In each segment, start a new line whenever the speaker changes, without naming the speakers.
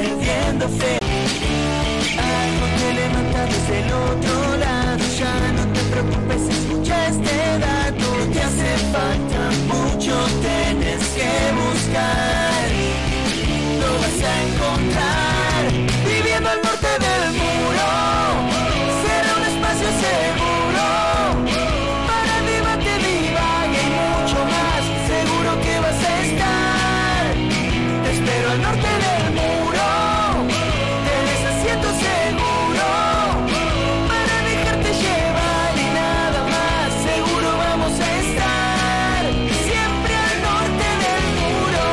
haciendo fe. Algo te levanta desde el otro lado. Ya no te preocupes, escucha este dato. Te hace falta mucho, tienes que buscar. Lo vas a encontrar viviendo al norte del muro. Será un espacio seguro para debate, divague y mucho más. Seguro que vas a estar. Te espero al norte del muro. Te desasiento seguro para dejarte llevar y nada más. Seguro vamos a estar siempre al norte del muro.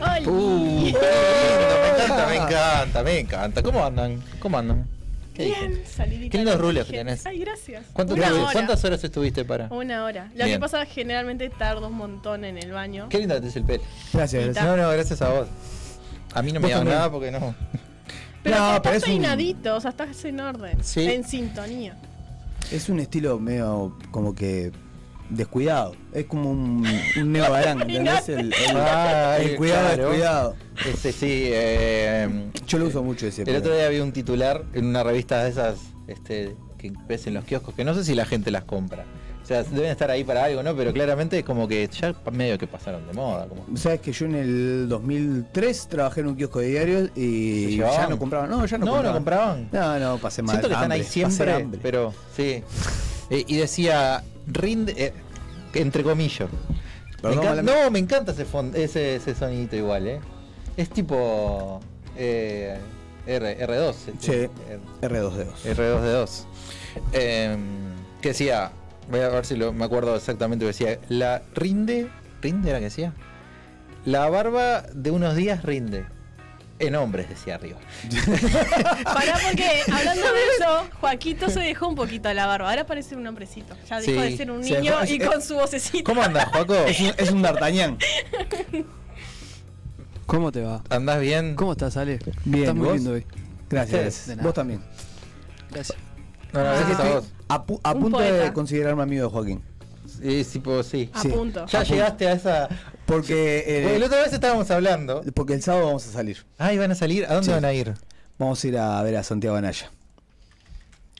¡Oli!
Uh, qué lindo, me encanta, me encanta, me encanta. ¿Cómo andan? ¿Cómo andan? ¿Qué dije?
Bien, salidita.
Qué lindos
lo
rulos que
dije.
tenés.
Ay, gracias.
¿Cuánto
Una
tiempo-
hora.
¿Cuántas horas estuviste para?
Una hora. Lo
Bien.
que pasa es que generalmente tardo un montón en el baño.
Qué lindo que te es el pelo.
Gracias,
Mitad.
gracias.
No, no, gracias a vos. A mí no me
Vos
da
también.
nada porque no.
Pero
No,
estás
pero es un-
peinadito, o sea, estás en orden.
Sí.
En sintonía.
Es un estilo medio como que descuidado. Es como un, un neo barán, ¿entendés? El, el-
Ah,
el cuidado,
claro.
el cuidado.
Ese sí, eh,
Yo lo uso mucho ese.
El
pero-
otro día había un titular en una revista de esas este, que ves en los kioscos, que no sé si la gente las compra. O sea, deben estar ahí para algo, ¿no? Pero claramente es como que ya pa- medio que pasaron de moda. Como...
Sabes que yo en el 2003 trabajé en un kiosco de diarios
¿Se
y
llevaban?
ya no compraba. No, ya no,
No, no compraban.
No, no, pasé mal.
Siento que están
hambre,
ahí
pasé
siempre,
hambre.
pero sí. Eh, y decía, rinde, eh, entre comillas. Me
Perdón,
encan-
mala-
no, me encanta ese, fon- ese, ese sonidito igual, ¿eh? Es tipo eh, R, R2.
Sí.
eh,
R2D2.
R2 de 2. que decía, voy a ver si lo- me acuerdo exactamente lo que decía. La rinde, rinde era que decía. La barba de unos días rinde. En hombres, decía arriba.
Pará porque, hablando de eso, Joaquito se dejó un poquito la barba. Ahora parece un hombrecito. Ya dejó
Sí,
de ser un
se
niño
dejó-
y con su vocecita.
¿Cómo andas, Joaco?
Es un, es un d'Artagnan.
¿Cómo te va?
¿Andás bien?
¿Cómo estás, Ale?
Bien,
estás muy
¿vos?
lindo hoy.
Ustedes.
Gracias.
De nada.
Vos también.
Gracias.
No, no, gracias a
Ah.
vos.
A, pu- a
Un
punto de
poeta.
considerarme amigo de Joaquín.
Sí, tipo, sí.
A
Sí.
Ah, punto.
Ya
Apunto.
llegaste a esa.
Porque, Ah, eh,
Porque la otra vez estábamos hablando.
porque el sábado vamos Ah, a salir.
Ay, van a salir. ¿A dónde
Sí.
van a ir?
Eh,
Vamos a ir a ver a Santiago Anaya,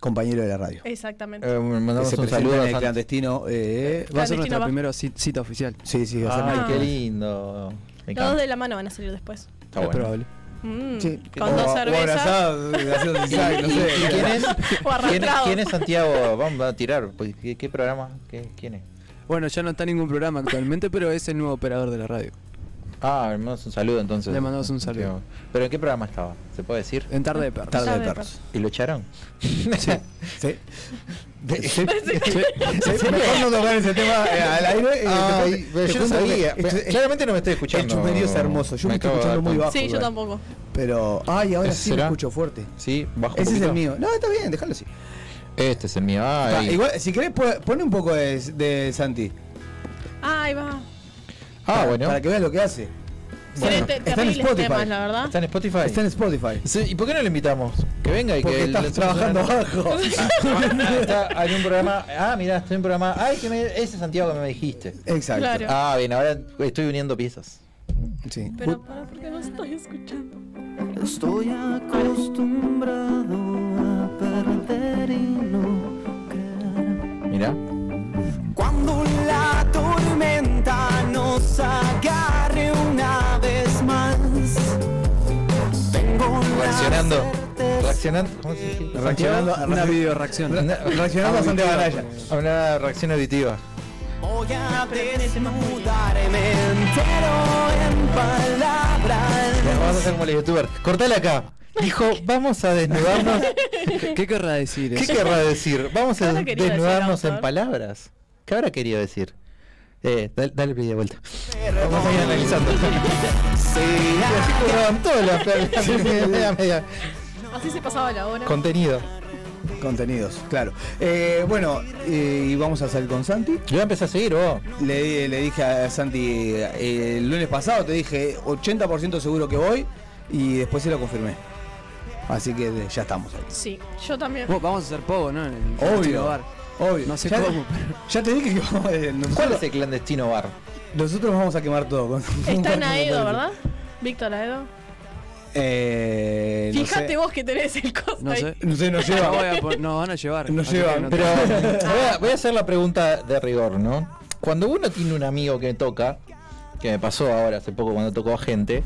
compañero de la radio.
Exactamente.
Eh, mandamos
Que se
un
presenta
saludo
en
a
el
San-
clandestino. eh,
Va a ser
Clandestino
nuestra
va.
primera ci- cita oficial.
sí, sí, va a ser
Ay,
Ah.
qué lindo. Me
Los dos
encanta.
de la mano van a salir después.
Está
es
bueno.
probable.
Mm,
Sí.
Con dos
O- o
cervezas.
abrazados, haciendo zigzag, no sé.
¿Y quién es?
O
¿Quién,
arrastrado.
quién es Santiago? Vamos a tirar. pues, ¿Qué, qué programa? ¿Qué- ¿Quién es?
Bueno, ya no está en ningún programa actualmente, pero es el nuevo operador de la radio.
Ah, le mandamos un saludo entonces.
Le mandamos un saludo.
¿Pero en qué programa estaba? ¿Se puede decir?
En tarde de perros.
Tarde
Tarde
de
de
perros.
¿Y lo echaron?
Sí.
Sí.
Sí, Mejor no tocar ese tema eh, al aire.
Ay,
eh, te cuento-
Ah, pero
te
yo no
cuento que
sabía.
esto-
Pero
eh,
Claramente no me estoy escuchando.
el chumerío es hermoso. Yo me estoy
acabo de
escuchando
dar
muy
cuenta.
bajo.
Sí, yo
igual.
tampoco.
Pero. Ay, ahora
¿Ese
sí lo
será?
escucho fuerte.
Sí, bajo un
Ese es el
poquito.
mío. No, está bien, déjalo así.
Este es el mío. Ay.
Pa, igual, si querés, po- pone un poco de, de Santi.
Ay, va.
ah,
Para-
bueno.
Para que veas lo que hace.
Bueno,
Excelente,
está en
terribles
Spotify.
temas, la verdad.
Ah. Está en Spotify.
Está en Spotify.
Sí, ¿Y por qué no lo invitamos? Que venga y
Porque
que
estás
le-
trabajando abajo.
Está, hay un programa. Ah, mirá, estoy en un programa. Ay, que me, ese es Santiago que me dijiste.
Exacto.
Claro.
Ah, bien, ahora estoy uniendo piezas.
Sí.
Pero para, porque no estoy escuchando.
Estoy acostumbrado a perder y no creer.
Mirá.
Cuando la tormenta nos agarre una vez más. Tengo la
Reaccionando.
certeza-
Reaccionando. ¿Cómo se dice?
Ah, Reaccionando pues. a
Una
reaccion-
video reacción.
Una-
Reaccionando bastante
auditiva.
banalla.
A una reacción auditiva.
Voy a
pero tiene temas muy lindos.
desnudarme entero en
Bueno, Vamos a
palabras.
hacer como los youtubers. Cortale acá. Dijo, vamos a desnudarnos.
¿Qué querrá decir
¿Qué
eso?
querrá decir? Vamos a
Ahora quería decir,
desnudarnos en
autor.
palabras. ¿Qué habrá querido decir? Eh, dale, dale play de vuelta. Vamos a ir
Perdón,
analizando. Y
será
así cobraban todas las las- media, media.
Así se pasaba la hora.
Contenido.
Contenidos, claro. Eh, bueno, eh, y vamos a salir con Santi.
Yo empecé a seguir, vos.
Le, le dije a Santi eh, el lunes pasado, te dije 80% seguro que voy y después se lo confirmé. Así que eh, ya estamos ahí.
Sí, yo también.
Vos, Vamos a hacer pogo, ¿no? En el
Obvio.
Castillo Bar.
Obvio.
No sé
ya,
cómo,
ya te dije que vamos a- eh,
¿Cuál
nosotros,
es el clandestino bar?
nosotros vamos a quemar todo. con-
Está en Aedo, ¿verdad? Víctor Aedo.
Eh, no sé.
Fíjate vos que tenés el costo
No
ahí.
sé.
No sé, nos
No
lleva.
voy a pon- nos van a llevar.
Nos
así que
llevan,
no te-
Pero voy a, voy a hacer la pregunta de rigor, ¿no? Cuando uno tiene un amigo que toca, que me pasó ahora hace poco cuando tocó a gente,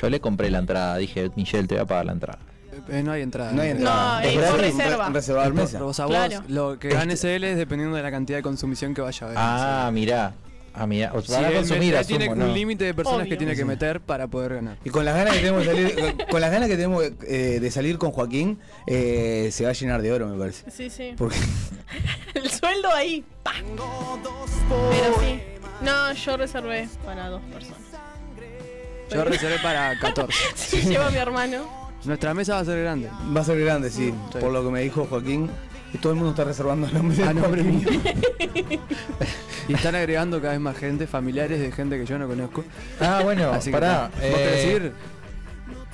yo le compré la entrada. Dije, Michelle, te voy a pagar la entrada.
Eh, no hay entrada.
No hay entrada.
No,
Es
eh,
gratis
por
re-
reserva.
reservar mesa.
Pero vos a
Claro.
vos, lo que ganes él es dependiendo de la cantidad de consumición que vaya a haber.
Ah, mirá. Ah, mirá. O
Si
sea, van a
él
consumir,
mete-
asumo,
tiene
¿no?
un límite de personas
Obvio.
que tiene que meter para poder ganar.
Y con las ganas que tenemos de salir, con- con las ganas que tenemos eh, de salir con Joaquín, eh, se va a llenar de oro, me parece.
Sí, sí.
Porque
El sueldo ahí. pa. Pero sí. No, yo reservé para dos personas.
Yo reservé para 14.
Sí, lleva a mi hermano.
Nuestra mesa va a ser grande.
va a ser grande, sí.
Sí. Ah,
Por lo que me dijo Joaquín, y todo el mundo está reservando el nombre de
A nombre
Joaquín.
mío. Y están agregando cada vez más gente, familiares de gente que yo no conozco.
Ah, bueno,
Así que
pará.
nada. ¿Vos querés
eh,
ir?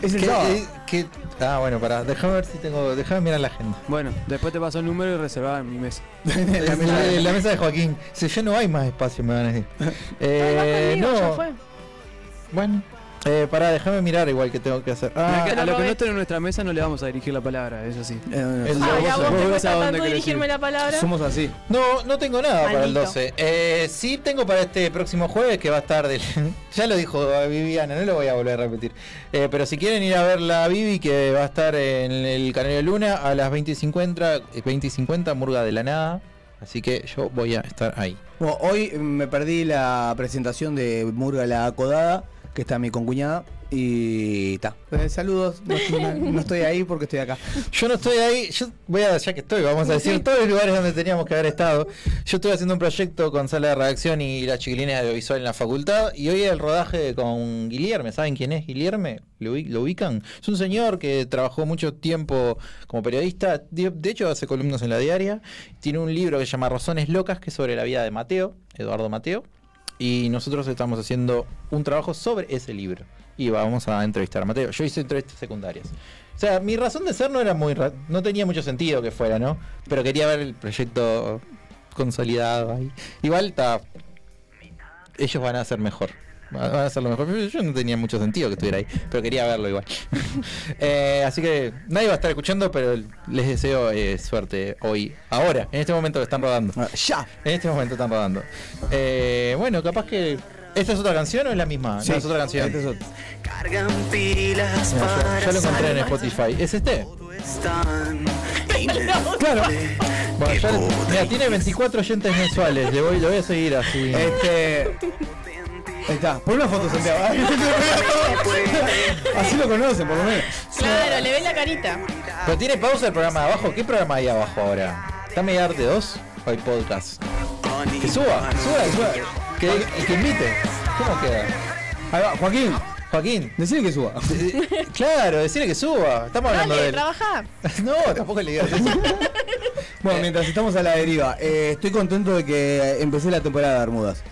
Es el
¿qué-
sábado.
eh, qué- ah, bueno, pará. Déjame ver si tengo. Déjame mirar la agenda.
Bueno, después te paso el número y reservaba mi mesa.
la,
Eh,
la- la mesa de Joaquín. Si ya no hay más espacio, me van a decir. Eh,
no, ya
no.
fue.
Bueno, eh, pará, déjame mirar igual que tengo que hacer. Ah,
Mirá que
te
a
lo
lo que
robé.
no esté en nuestra mesa no le vamos a dirigir la palabra, eso sí.
Eh, bueno,
Es-
Ay,
vos-
a vos
vos
te
ves a
cuesta
dónde
tanto
querés
dirigirme
ir.
la palabra.
somos así.
no, no tengo nada para el
Maldito.
12. Eh, sí tengo para este próximo jueves que va a estar del... ya lo dijo Viviana, no lo voy a volver a repetir. Eh, pero si quieren ir a ver la Vivi que va a estar en el Canario Luna a las 20 y 50, 20 y 50, Murga de la Nada. Así que yo voy a estar ahí.
Bueno, hoy me perdí la presentación de Murga la Acodada, que está mi concuñada, y está. Eh, saludos, no, estoy- no estoy ahí porque estoy acá.
Yo no estoy ahí, yo voy a, ya que estoy, vamos a decir todos los lugares donde teníamos que haber estado. Yo estoy haciendo un proyecto con sala de redacción y la chiquilina de audiovisual en la facultad. Y hoy el rodaje con Guillerme, ¿saben quién es Guillerme? ¿Lo, ubi- lo ubican? Es un señor que trabajó mucho tiempo como periodista, de, de hecho hace columnas en la diaria. Tiene un libro que se llama Razones Locas, que es sobre la vida de Mateo, Eduardo Mateo. Y nosotros estamos haciendo un trabajo sobre ese libro. Y vamos a entrevistar a Mateo. Yo hice entrevistas secundarias. O sea, mi razón de ser no era muy... ra- No tenía mucho sentido que fuera, ¿no? Pero quería ver el proyecto consolidado ahí. Igual está... Ellos van a hacer mejor. Va- Van a hacer lo mejor. Pero Yo no tenía mucho sentido que estuviera ahí. Pero quería verlo igual. Eh, así que nadie va a estar escuchando, pero les deseo eh, suerte hoy. Ahora, en este momento que están rodando.
Ah, Ya.
En este momento están rodando. Eh, bueno, capaz que. ¿Esta es otra canción o es la misma?
Sí,
no, es otra canción.
esta es otra.
Cargan pilas
Mira, yo-
para
yo, lo encontré en Spotify. ¿Es este?
Todo están
Claro.
Bueno, ya
Eh,
le- mira, tiene 24 oyentes mensuales. Le voy, le voy a seguir así.
Este, Ahí está, pon una foto, Santiago. Ay, se te pega todo. Así lo conocen, por lo menos.
Claro, le ven la carita.
Pero tiene pausa el programa de abajo. ¿Qué programa hay abajo ahora? ¿Está media arte 2 o hay podcast? Que suba, suba, suba. Que, que invite. ¿Cómo queda?
Ahí va, Joaquín,
Joaquín.
decile que suba.
eh, Claro, decirle que suba. Estamos hablando de
Dale,
él.
trabajá.
No, tampoco le digas eso.
Bueno, mientras estamos a la deriva, eh, estoy contento de que empecé la temporada de Bermudas.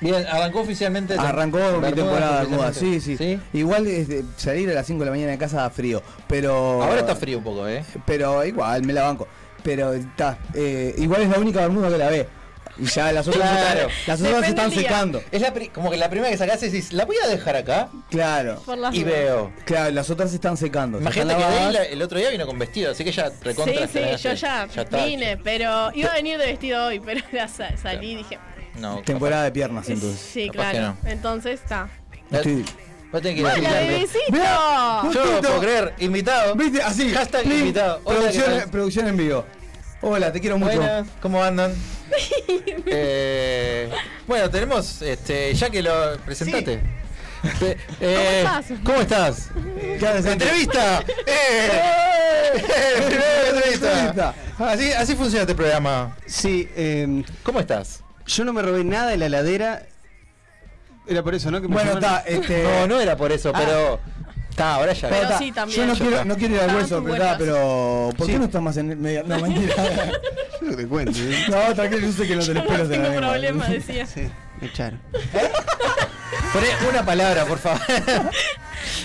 Bien, arrancó oficialmente.
Arrancó mi
Bermudas
temporada de Bermudas, sí,
oficialmente.
sí. Igual este, salir a las 5 de la mañana de casa da frío, pero...
Ahora está frío un poco, ¿eh?
Pero igual, me la banco. Pero está, eh, igual es la única Bermuda que la ve. Y ya las otras,
Claro.
las otras se
Depende
están
del día.
secando.
Es la pri- como que la primera que sacás y decís, la voy a dejar acá
Claro.
Por las
y
dudas.
veo.
Claro, las otras se están secando. se
Imagínate
están
que
lavadas.
Dale el otro día vino con vestido, así que ya
Sí,
recontra.
sí, yo ya,
está.
vine, pero iba a venir de vestido hoy, pero ya sa- salí y dije.
No,
Temporada de piernas, entonces.
Sí,
capaz
claro.
que
Entonces está.
capaz-
Estoy-
Vos tenés que ir a
¡Hola,
invitarme.
bebecito!
Vea.
Yo no
Justito.
puedo creer, invitado.
¿Viste? Así.
Hashtag
plin,
invitado. Hola,
Producción,
¿qué tal?
producción en vivo. Hola, te quiero mucho.
Buenas, ¿cómo andan? Eh, bueno, tenemos, este, ya que lo presentate. Pe- eh,
estás?
¿Cómo estás?
Eh, ¿Qué haces, Santi?
¡Entrevista! ¡Eh! ¡Eh! Primera entrevista.
Entrevista.
Así, así funciona este programa.
Sí,
em,
eh,
¿Cómo estás?
yo no me robé nada de la heladera. Era por eso, ¿no? Que me
Bueno, está,
llamaron.
este.
No, no era por eso, pero. Está, ahora ya.
Pero
está,
sí, también.
Yo no
Ya
quiero,
está.
no quiero ir al
Estaban
hueso,
tus
pero, está,
vuelos.
pero ¿por qué
Sí.
no estás más en el medio? No, mentira.
Yo no te cuento, ¿eh?
No, tranquilo, yo sé que no tenés
No
pelos en la
tengo
lengua.
problema, decía.
Sí, me echaron.
Poné una palabra, por favor.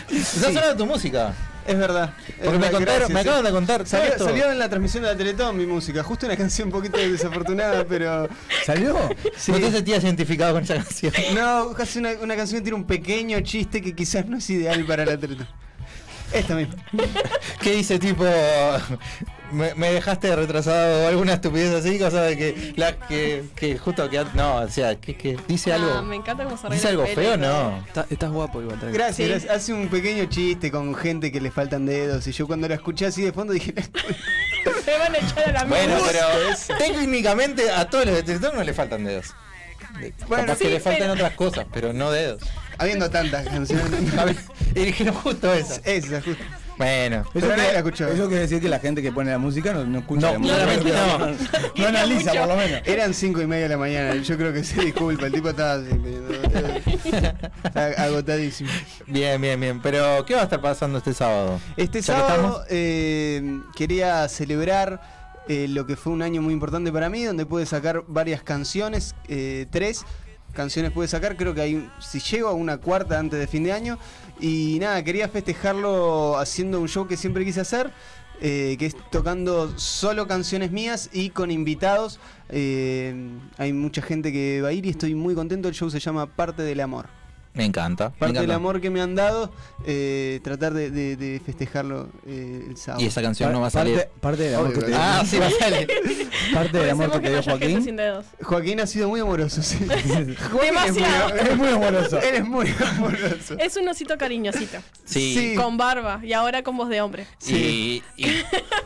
Está sonando tu música.
Es verdad. es
Porque me,
verdad,
contaron,
gracias,
me
sí.
acaban de contar.
Salió,
esto?
salió en la transmisión de la Teletón mi música, justo una canción un poquito desafortunada, pero.
¿Salió?
Sí.
¿No te sentías identificado con esa canción?
No, casi una, una canción que tiene un pequeño chiste que quizás no es ideal para la Teletón. Esta misma.
¿Qué dice tipo? Me, me dejaste retrasado o alguna estupidez así, cosa de que, la, que, que justo que no, o sea, que, que dice
Ah, me
algo.
encanta cómo se arregla
¿Dice algo
el
feo?
pelo.
No.
Está- estás guapo igual, tranqui.
Gracias,
Sí.
gracias. Hace un pequeño chiste con gente que le faltan dedos. Y yo cuando la escuché así de fondo dije.
Me van a echar a la
Bueno,
mierda.
pero técnicamente a todos los de TikTok no le faltan dedos. Bueno, Capaz que
sí,
le faltan
pero-
otras cosas, pero no dedos.
Habiendo tantas canciones.
A ver, Y dijeron justo eso.
Esa, justo.
Bueno.
Eso,
Pero nadie
quiere-
la escuchó.
eso quiere decir que la gente que pone la música no, no escucha
No,
la música.
claramente no.
No analiza, por lo menos.
Eran cinco y media de la mañana, yo creo que se disculpa, el tipo estaba así, eh, ag- agotadísimo.
Bien, bien, bien. Pero, ¿qué va a estar pasando este sábado?
Este
Ya que
sábado eh, quería celebrar eh, lo que fue un año muy importante para mí, donde pude sacar varias canciones, eh, tres canciones pude sacar, creo que hay, si llego a una cuarta antes de fin de año, y nada, quería festejarlo haciendo un show que siempre quise hacer. eh, que es tocando solo canciones mías y con invitados. Eh, hay mucha gente que va a ir y estoy muy contento. El show se llama Parte del Amor.
Me encanta. me
Parte del
encanta.
amor que me han dado, eh, tratar de, de- de festejarlo eh, el sábado.
Y esa canción no va a salir.
Parte, parte del amor
Obvio,
que te dio,
Ah, sí va a salir.
parte del amor que
Parecemos no
te
haya
dio
gente sin
Joaquín.
dedos.
Joaquín ha sido muy amoroso, sí.
Demasiado.
Es muy amoroso.
Él es muy amoroso.
Es un osito cariñosito.
Sí.
Sí.
Con barba y ahora con voz de hombre.
Sí. Y, y,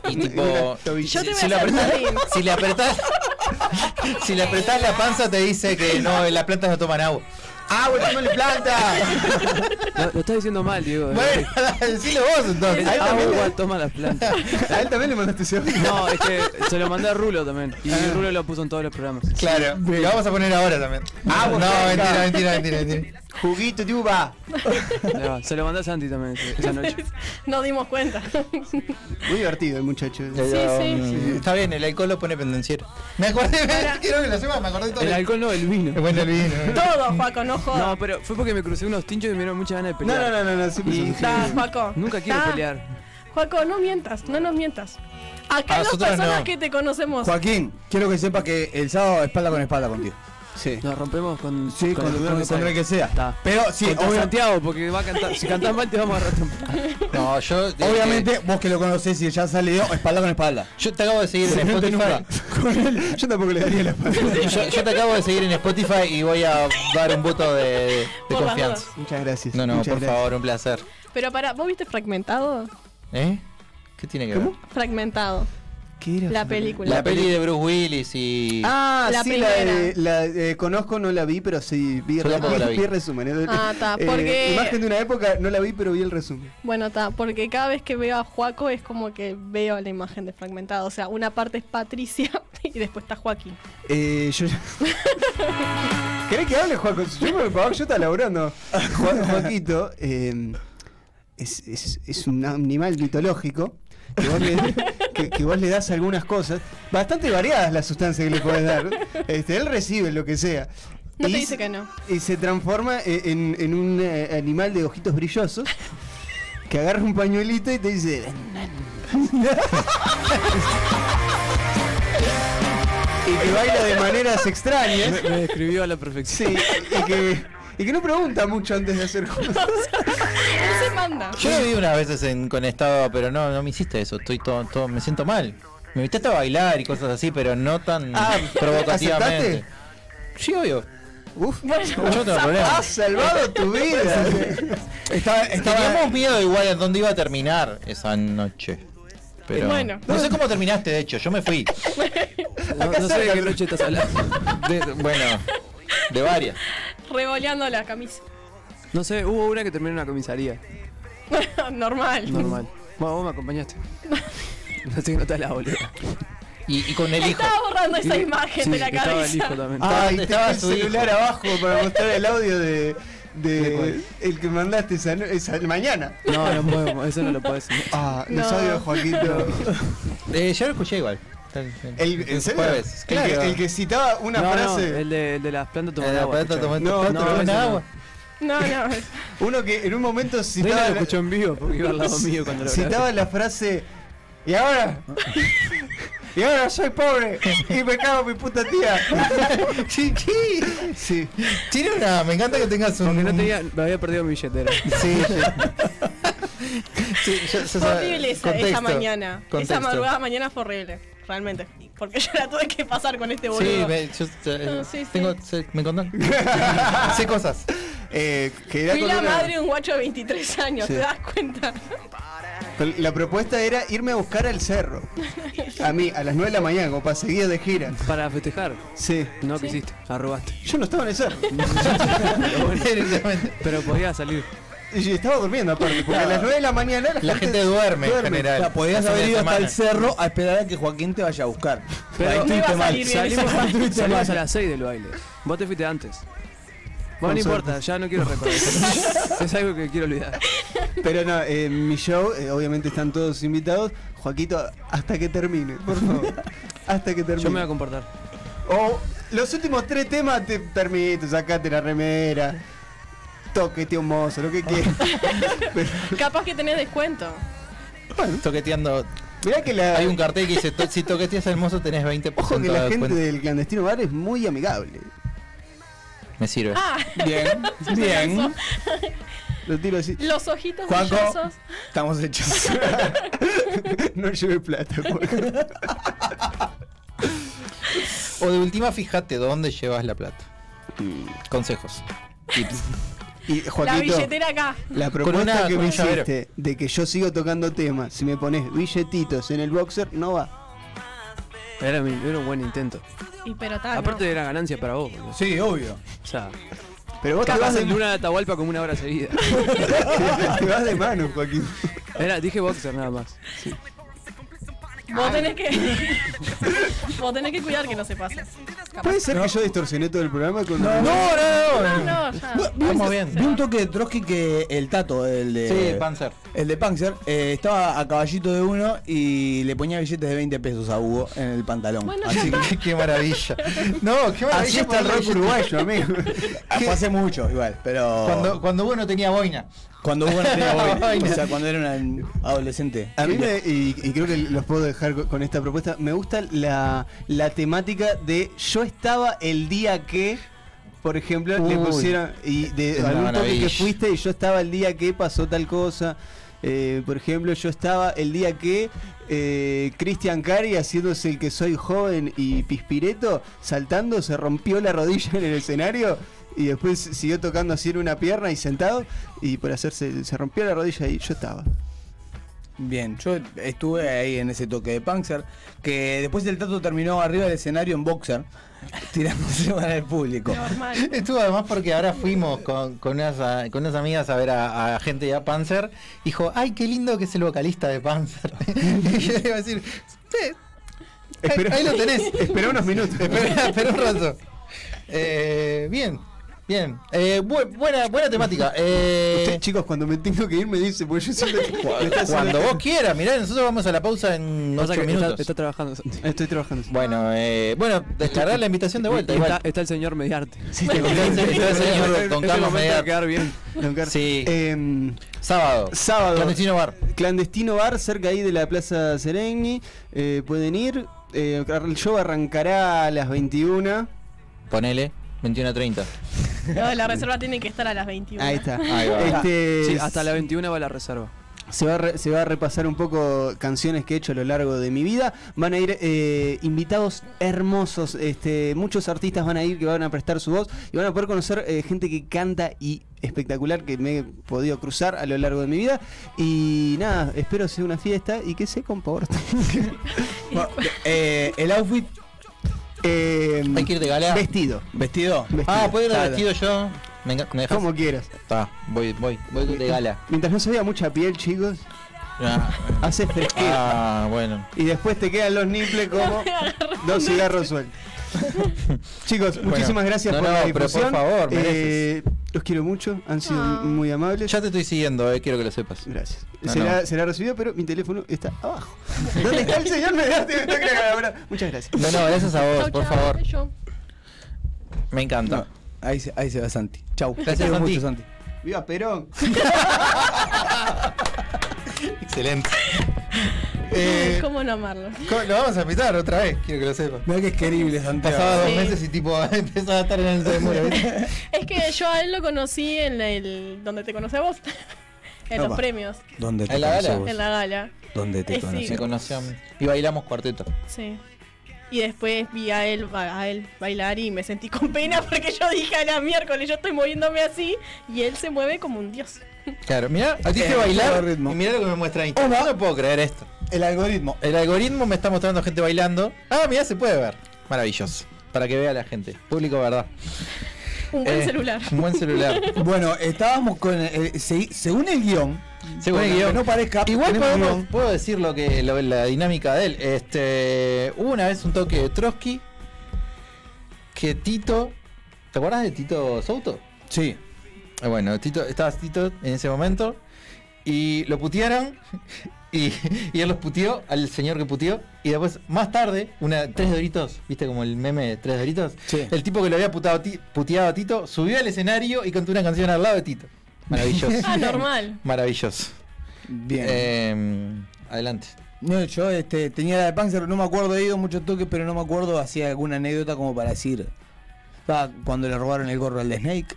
y tipo.
Una tobilla.
Yo te voy
si,
a
le
hacer
apretás,
bullying.
si le apretás. Si le apretás la panza te dice que no, las plantas no toman agua. ¡Agua, no le planta!
Lo, lo estás diciendo mal, Diego.
Bueno, decilo vos entonces.
Ah, agua toma las plantas.
A él también le mandaste ese audio.
No, es que se lo mandé a Rulo también. Y
Ah.
Rulo lo puso en todos los programas.
Claro, lo vamos a poner ahora también.
Ah,
Agua,
no,
planta.
mentira, mentira, mentira, mentira.
Ah, Juguito, tuba.
Ahí va, Se lo mandé a Santi también ese- esa noche.
No dimos cuenta.
Muy divertido el muchacho.
Pero,
sí.
mm, Está bien, el alcohol lo pone pendenciero. Me acordé, quiero que lo sepas, me acordé todo.
El
el-
alcohol no, el vino.
Bueno, el vino.
Todo, Juaco, no jodas.
No, pero fue porque me crucé unos tinchos y me dieron muchas ganas de
No,
pelear.
no, no, pues, no, no, siempre son-
Ta, Juaco.
Nunca quiero
Ta.
pelear.
Juaco, no mientas, no nos mientas.
A
Acá hay dos
Ah, nosotros
personas
no.
que te conocemos.
Joaquín, quiero que sepas que el sábado espalda con espalda contigo.
Sí.
Nos rompemos con,
Sí, con, con-
que
con el que sea.
Está.
Pero sí,
Contra
obvia-
Santiago, porque va a cantar. Si cantás mal, te vamos a romper.
No, yo. eh,
obviamente vos que lo conocés y ya salió espalda con espalda.
Yo te acabo de seguir en
No te
Spotify.
enojas con él.
Yo tampoco le daría la espalda.
Yo, yo te acabo de seguir en Spotify y voy a dar un voto de, de
Por las
confianza.
Muchas gracias.
No, no,
muchas
por
gracias.
favor, un placer.
Pero para, ¿vos viste fragmentado?
¿Eh? ¿Qué tiene que ver?
Fragmentado.
¿Qué era?
Pues La película.
La peli de Bruce Willis y.
Ah,
La
sí, la,
primera.
de- la eh, conozco, no la vi, pero sí vi,
Yo tampoco la vi.
vi resumen. Eh,
Ah, está, porque-
imagen de una época, no la vi, pero vi el resumen.
Bueno, está, porque cada vez que veo a Juaco es como que veo la imagen de fragmentado. O sea, una parte es Patricia y después está Joaquín.
Eh, yo ya- ¿Querés que hable, Juaco? Yo, me- yo estaba laburando. Jua- Joaquito eh, es, es- es un animal mitológico que vos, le, que- que vos le das algunas cosas, bastante variadas las sustancias que le podés dar. Este, él recibe lo que sea.
No te
Y
dice
se-
que no.
Y se transforma e- en, en un eh, animal de ojitos brillosos que agarra un pañuelito y te dice. y que baila de maneras extrañas.
Me, me describió a la perfección.
Sí, y que, y que no pregunta mucho antes de hacer cosas.
Él se manda.
Yo lo vi unas veces en, con estado, pero no, no me hiciste eso. Estoy todo, todo- me siento mal. Me invitaste a bailar y cosas así, pero no tan
Ah,
provocativamente. Sí, obvio.
Uf,
Yo no tengo problema.
has salvado tu vida.
Estaba, estaba,
Teníamos miedo igual a dónde iba a terminar esa noche. Pero
Bueno.
no sé cómo terminaste, de hecho, yo me fui.
No, no sé de qué noche estás hablando.
De- bueno, de varias.
Revoleando la camisa.
No sé, hubo una que terminó en una comisaría.
Normal.
Normal. Bueno, vos me acompañaste. No sé que no estás la boluda.
Y, y con el hijo.
Estaba borrando esa imagen
Sí,
de la
que estaba el
cabeza.
hijo también.
Ay,
Estaba
estaba Ah, el
su hijo.
celular abajo para mostrar el audio de. de-
¿De cuál?
el que mandaste esa, no- esa mañana.
No, no podemos, eso no lo puedes decir.
Ah,
No.
los audios, Joaquito.
Eh, yo lo escuché igual. El,
El, ¿En serio?
jueves.
El, que,
Claro.
el que citaba una
no,
frase.
No, el, de, el de las plantas
Eh,
tomadas
la
agua.
plata tomó-
No,
tomó
no,
en
eso no.
agua.
No, no.
Uno que en un momento
Reina
citaba.
lo escuchó en vivo porque iba al lado mío cuando lo
citaba la frase. Y ahora. y ahora soy pobre. Y me cago en mi puta tía.
Chiqui.
Sí.
Tiene una. Me encanta que tengas un.
Porque no tenía, me había perdido mi billetera.
Sí, sí, yo- yo
Fue
sabía-
horrible esa, esa
contexto,
mañana.
contexto.
Esa madrugada mañana fue horrible. Realmente. Porque yo la tuve que pasar con este boludo.
Sí, me, yo, eh,
No, sí, sí.
tengo, sé- me contaron. sé cosas.
Eh, que era
Fui
con
la
una-
madre de un guacho de 23 años,
Sí.
¿te das cuenta?
con- La propuesta era irme a buscar al cerro. A mí, a las 9 de la mañana, como para seguir de gira.
Para festejar.
Sí.
No quisiste, arrobaste.
Yo no estaba en el cerro.
Pero, bueno,
Directamente.
pero podía salir.
Y estaba durmiendo aparte. Porque a las 9 de la mañana la,
La gente duerme,
Duerme.
en general.
la podías
Hace
haber
una
ido hasta el
semana.
cerro a esperar a que Joaquín te vaya a buscar.
Pero
Ahí
no
estuviste
iba a
mal.
salir bien.
Salimos,
Estuviste
salimos a
mal.
las 6 del baile. Vos te fuiste antes. Bueno,
Con
no importa, ya no quiero recordar. es algo que quiero olvidar.
Pero no, eh, mi show, eh, obviamente están todos invitados. Joaquito, hasta que termine, por favor. hasta que termine.
Yo me voy a comportar.
O los últimos tres temas te permito, sacate la remera. Toquete un mozo, lo que
Ah.
quieras. Pero,
Capaz que tenés descuento.
bueno,
Toqueteando.
mirá que la.
Hay un cartel que dice: "To- Si toqueteas al mozo, tenés 20%
Ojo
de
que la gente
descuento".
del clandestino bar es muy amigable.
Me sirve.
Ah,
Bien, bien.
Lo tiro así.
los ojitos
Juanjo.
brillosos.
Estamos hechos.
no lleve plata, Juaco.
O de última, fíjate dónde llevas la plata.
Mm.
Consejos. Tips.
Y
La
Joaquito,
billetera acá.
la
Con
propuesta
una-
que
con
me
un llavero.
hiciste de que yo sigo tocando temas, si me pones billetitos en el boxer, no va.
Era, mi- era un buen intento.
Y pero tal.
Aparte era ganancia para vos. boludo.
Sí, obvio.
O sea,
Pero vos te
capaz
vas,
en
de,
una de Atahualpa como una hora seguida.
te vas de mano, Joaquín.
Era, dije boxer nada más.
Vos tenés que. vos tenés que cuidar que no se pase.
¿Puede ser que yo distorsioné todo el programa con
No, no, no.
No, no, ya.
Vamos bien.
Vi un toque de Trotsky que el tato, el de.
Sí, Panzer.
El de Panzer, eh, estaba a caballito de uno y le ponía billetes de 20 pesos a Hugo en el pantalón.
Bueno,
Así que
Qué- Qué maravilla. No, qué maravilla.
Así está el
ponerle
rock uruguayo, amigo.
fue hace mucho, igual, pero.
Cuando, cuando uno tenía boina.
Cuando Hugo no tenía boina.
Boina.
o sea, cuando era una adolescente.
A mí me- y, y creo que los puedo dejar co- con esta propuesta, me gusta la, la temática de yo estaba el día que, por ejemplo, le
Uy.
pusieron, y de
Es una
algún toque que
maravilla.
fuiste y yo estaba el día que pasó tal cosa. Eh, por ejemplo, yo estaba el día que eh, Cristian Cari, haciéndose el que soy joven y pispireto, saltando, se rompió la rodilla en el escenario y después siguió tocando así en una pierna y sentado y por hacerse, se rompió la rodilla y yo estaba.
Bien, yo estuve ahí en ese toque de Panzer, que después el trato terminó arriba del escenario en boxer, tirándose para el público.
Normal.
Estuvo además porque ahora fuimos con, con unas, a- con unas amigas a ver a, a gente de a Panzer. Dijo, ay, qué lindo que es el vocalista de Panzer. y yo le iba a decir, "Eh, ahí,
Espera-
ahí lo tenés.
Espera unos minutos.
espera, espera un rato. Eh, bien, bien. Eh, bu- buena, buena temática. Eh,
Ustedes, chicos, cuando me tengo que ir me dice, porque yo siento que me está haciendo-
cuando vos quieras, mirá, nosotros vamos a la pausa en 8
Pasa que está,
minutos.
está trabajando. Santi.
Estoy trabajando.
Bueno, eh, bueno, descargar la invitación de vuelta.
Y- y
igual.
está, está el señor Mediarte.
Sí,
Está el señor Don
Es el
Carlos
momento de
Mediarte.
quedar bien.
Don Carlos.
Sí.
Em,
Sábado.
sábado.
Clandestino Bar.
Clandestino Bar, cerca ahí de la Plaza Sereni. Eh, pueden ir. Eh, el show arrancará a las 21.
Ponele 21 a 30.
No, la reserva tiene que estar a las 21.
Ahí está.
Ahí va.
Este,
Sí, hasta la 21 va la reserva.
se, va a re- se va a repasar un poco canciones que he hecho a lo largo de mi vida. Van a ir eh, invitados hermosos. Este, muchos artistas van a ir que van a prestar su voz y van a poder conocer eh, gente que canta y espectacular que me he podido cruzar a lo largo de mi vida. Y nada, espero sea una fiesta y que se comporte.
Bueno, eh, el outfit
Eh,
Hay que ir de gala.
Vestido.
vestido.
Ah, ¿puedo ir de
Claro.
vestido yo? ¿Me, enga- me dejas?
Como quieras.
Está, voy, voy, voy de gala.
Mientras no se vea mucha piel, chicos,
Ah,
haces fresquera.
ah, bueno.
Y después te quedan los nipples como dos cigarros sueltos. Chicos,
Bueno,
muchísimas gracias
no,
por
no,
la
pero por
difusión.
favor,
Eh, los quiero mucho, han sido
Ah.
muy amables.
Ya te estoy siguiendo, eh, quiero que lo sepas.
Gracias.
No,
será,
no.
será recibido, pero mi teléfono está abajo. ¿Dónde está el señor? Me da- me toca la palabra. Muchas gracias.
No, no, gracias a vos,
Chau,
por
chau,
favor.
bello.
Me encanta.
No, ahí, se, ahí se va Santi. Chau. Te
Gracias,
quiero
Santi.
mucho, Santi.
Viva Perón.
Excelente.
¿Cómo no amarlo?
Eh, lo vamos a invitar otra vez, quiero que lo sepas.
Mira que es querible, Santi.
Pasaba dos
Sí.
meses y tipo empezaba a estar en el muro. ¿viste?
Es que yo a él lo conocí en el. donde te conocí a vos. en los
Opa.
premios.
¿Dónde te
¿En la
conocí
gala?
vos?
En la gala.
¿Dónde te
Eh, sí.
conocí?
Me conoció y bailamos cuarteto.
Sí. Y después vi a él, ba- a él bailar y me sentí con pena porque yo dije a la miércoles, yo estoy moviéndome así y él se mueve como un dios.
Claro, mirá, a ti
Eh,
te bailar
todo ritmo.
y mirá lo que me muestra Instagram. No lo puedo creer esto.
El algoritmo.
El algoritmo me está mostrando gente bailando. Ah, mirá, se puede ver. Maravilloso. Para que vea la gente. Público, verdad.
Un buen
Eh,
celular.
Un buen celular.
Bueno, estábamos con. eh, segui- según el guión.
Según el
bueno,
guión.
que no parezca.
Ah, Igual
tenemos
podemos-
guión.
puedo decir lo que lo- la dinámica de él. Este, hubo una vez un toque de Trotsky que Tito, ¿te acuerdas de Tito Souto?
Sí.
Eh, Bueno, Tito, estaba Tito en ese momento y lo putearon y, y él los puteó al señor que puteó y después más tarde una tres doritos, viste como el meme de tres doritos,
Sí.
el tipo que lo había putado, Ti- puteado a Tito subió al escenario y cantó una canción al lado de Tito. Maravilloso.
Ah, normal.
Maravilloso.
Bien.
Eh, adelante.
No, yo este, tenía la de Panzer, no me acuerdo, he ido a muchos toques, pero no me acuerdo, hacía alguna anécdota como para decir. Ah, cuando le robaron el gorro al de Snake.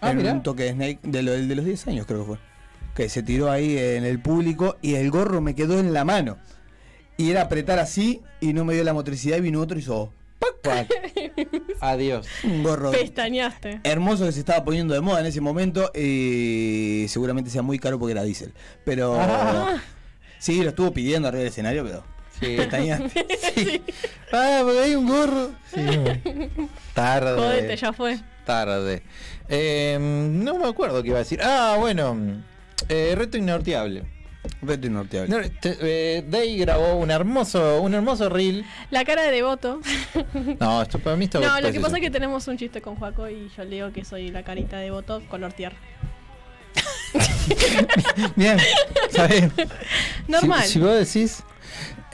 Ah,
en
mirá.
un toque de Snake, de, lo, de los 10 años creo que fue. Que se tiró ahí en el público y el gorro me quedó en la mano. Y era apretar así y no me dio la motricidad y vino otro y hizo ¡pac!
Adiós.
un gorro
Pestañaste.
hermoso que se estaba poniendo de moda en ese momento y seguramente sea muy caro porque era diésel. Pero Ah. sí, lo estuvo pidiendo arriba del escenario, pero
Sí.
pestañas.
Ah, porque hay un gorro. Tarde.
Jodete, ya fue.
Tarde. Eh, no me acuerdo qué iba a decir. Ah, bueno. eh, reto inorteable.
Reto inorteable.
No, te- eh, Day grabó un hermoso, un hermoso reel.
La cara de devoto.
No, esto para mí está
No, lo que
precioso.
pasa es que tenemos un chiste con Juaco y yo le digo que soy la carita de devoto color tierra.
Bien, está bien.
Normal.
Si, si vos decís.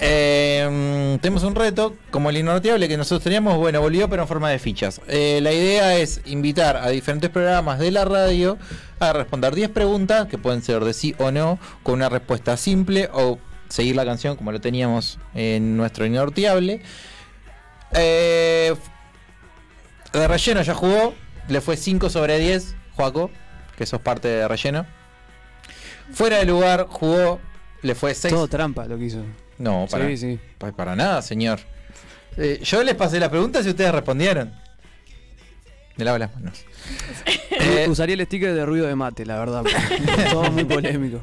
Eh, tenemos un reto, como el inorteable que nosotros teníamos, bueno, volvió pero en forma de fichas. Eh, la idea es invitar a diferentes programas de la radio a responder 10 preguntas, que pueden ser de sí o no, con una respuesta simple o seguir la canción como lo teníamos en nuestro inorteable. Eh, de relleno ya jugó, le fue 5 sobre 10, Joaco, que sos parte de relleno. Fuera de lugar jugó, le fue 6.
Todo trampa lo que hizo.
No, para,
Sí, sí.
pa- para nada, señor. Eh, yo les pasé las preguntas y ustedes respondieron. Me lavo las manos. Eh,
Usaría el sticker de ruido de mate, la verdad. porque Todo muy polémico.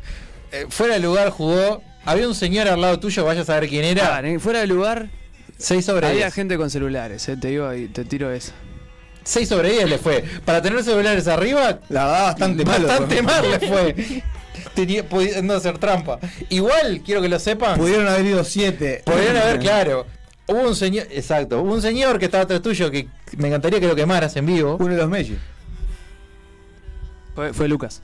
eh, fuera de lugar jugó. Había un señor al lado tuyo, vaya a saber quién era.
Ah, ni- fuera de lugar,
6 sobre
había
10.
gente con celulares, eh, te digo y te tiro esa.
6 sobre 10 le fue. Para tener celulares arriba,
La verdad, bastante malo.
bastante
fue.
mal le fue. Tenía, pudiendo hacer trampa. Igual, quiero que lo sepan.
Pudieron haber ido siete.
Podrían haber, claro. Hubo un señor, exacto, hubo un señor que estaba atrás tuyo que me encantaría que lo quemaras en vivo.
Uno de los Messi.
Fue, fue Lucas.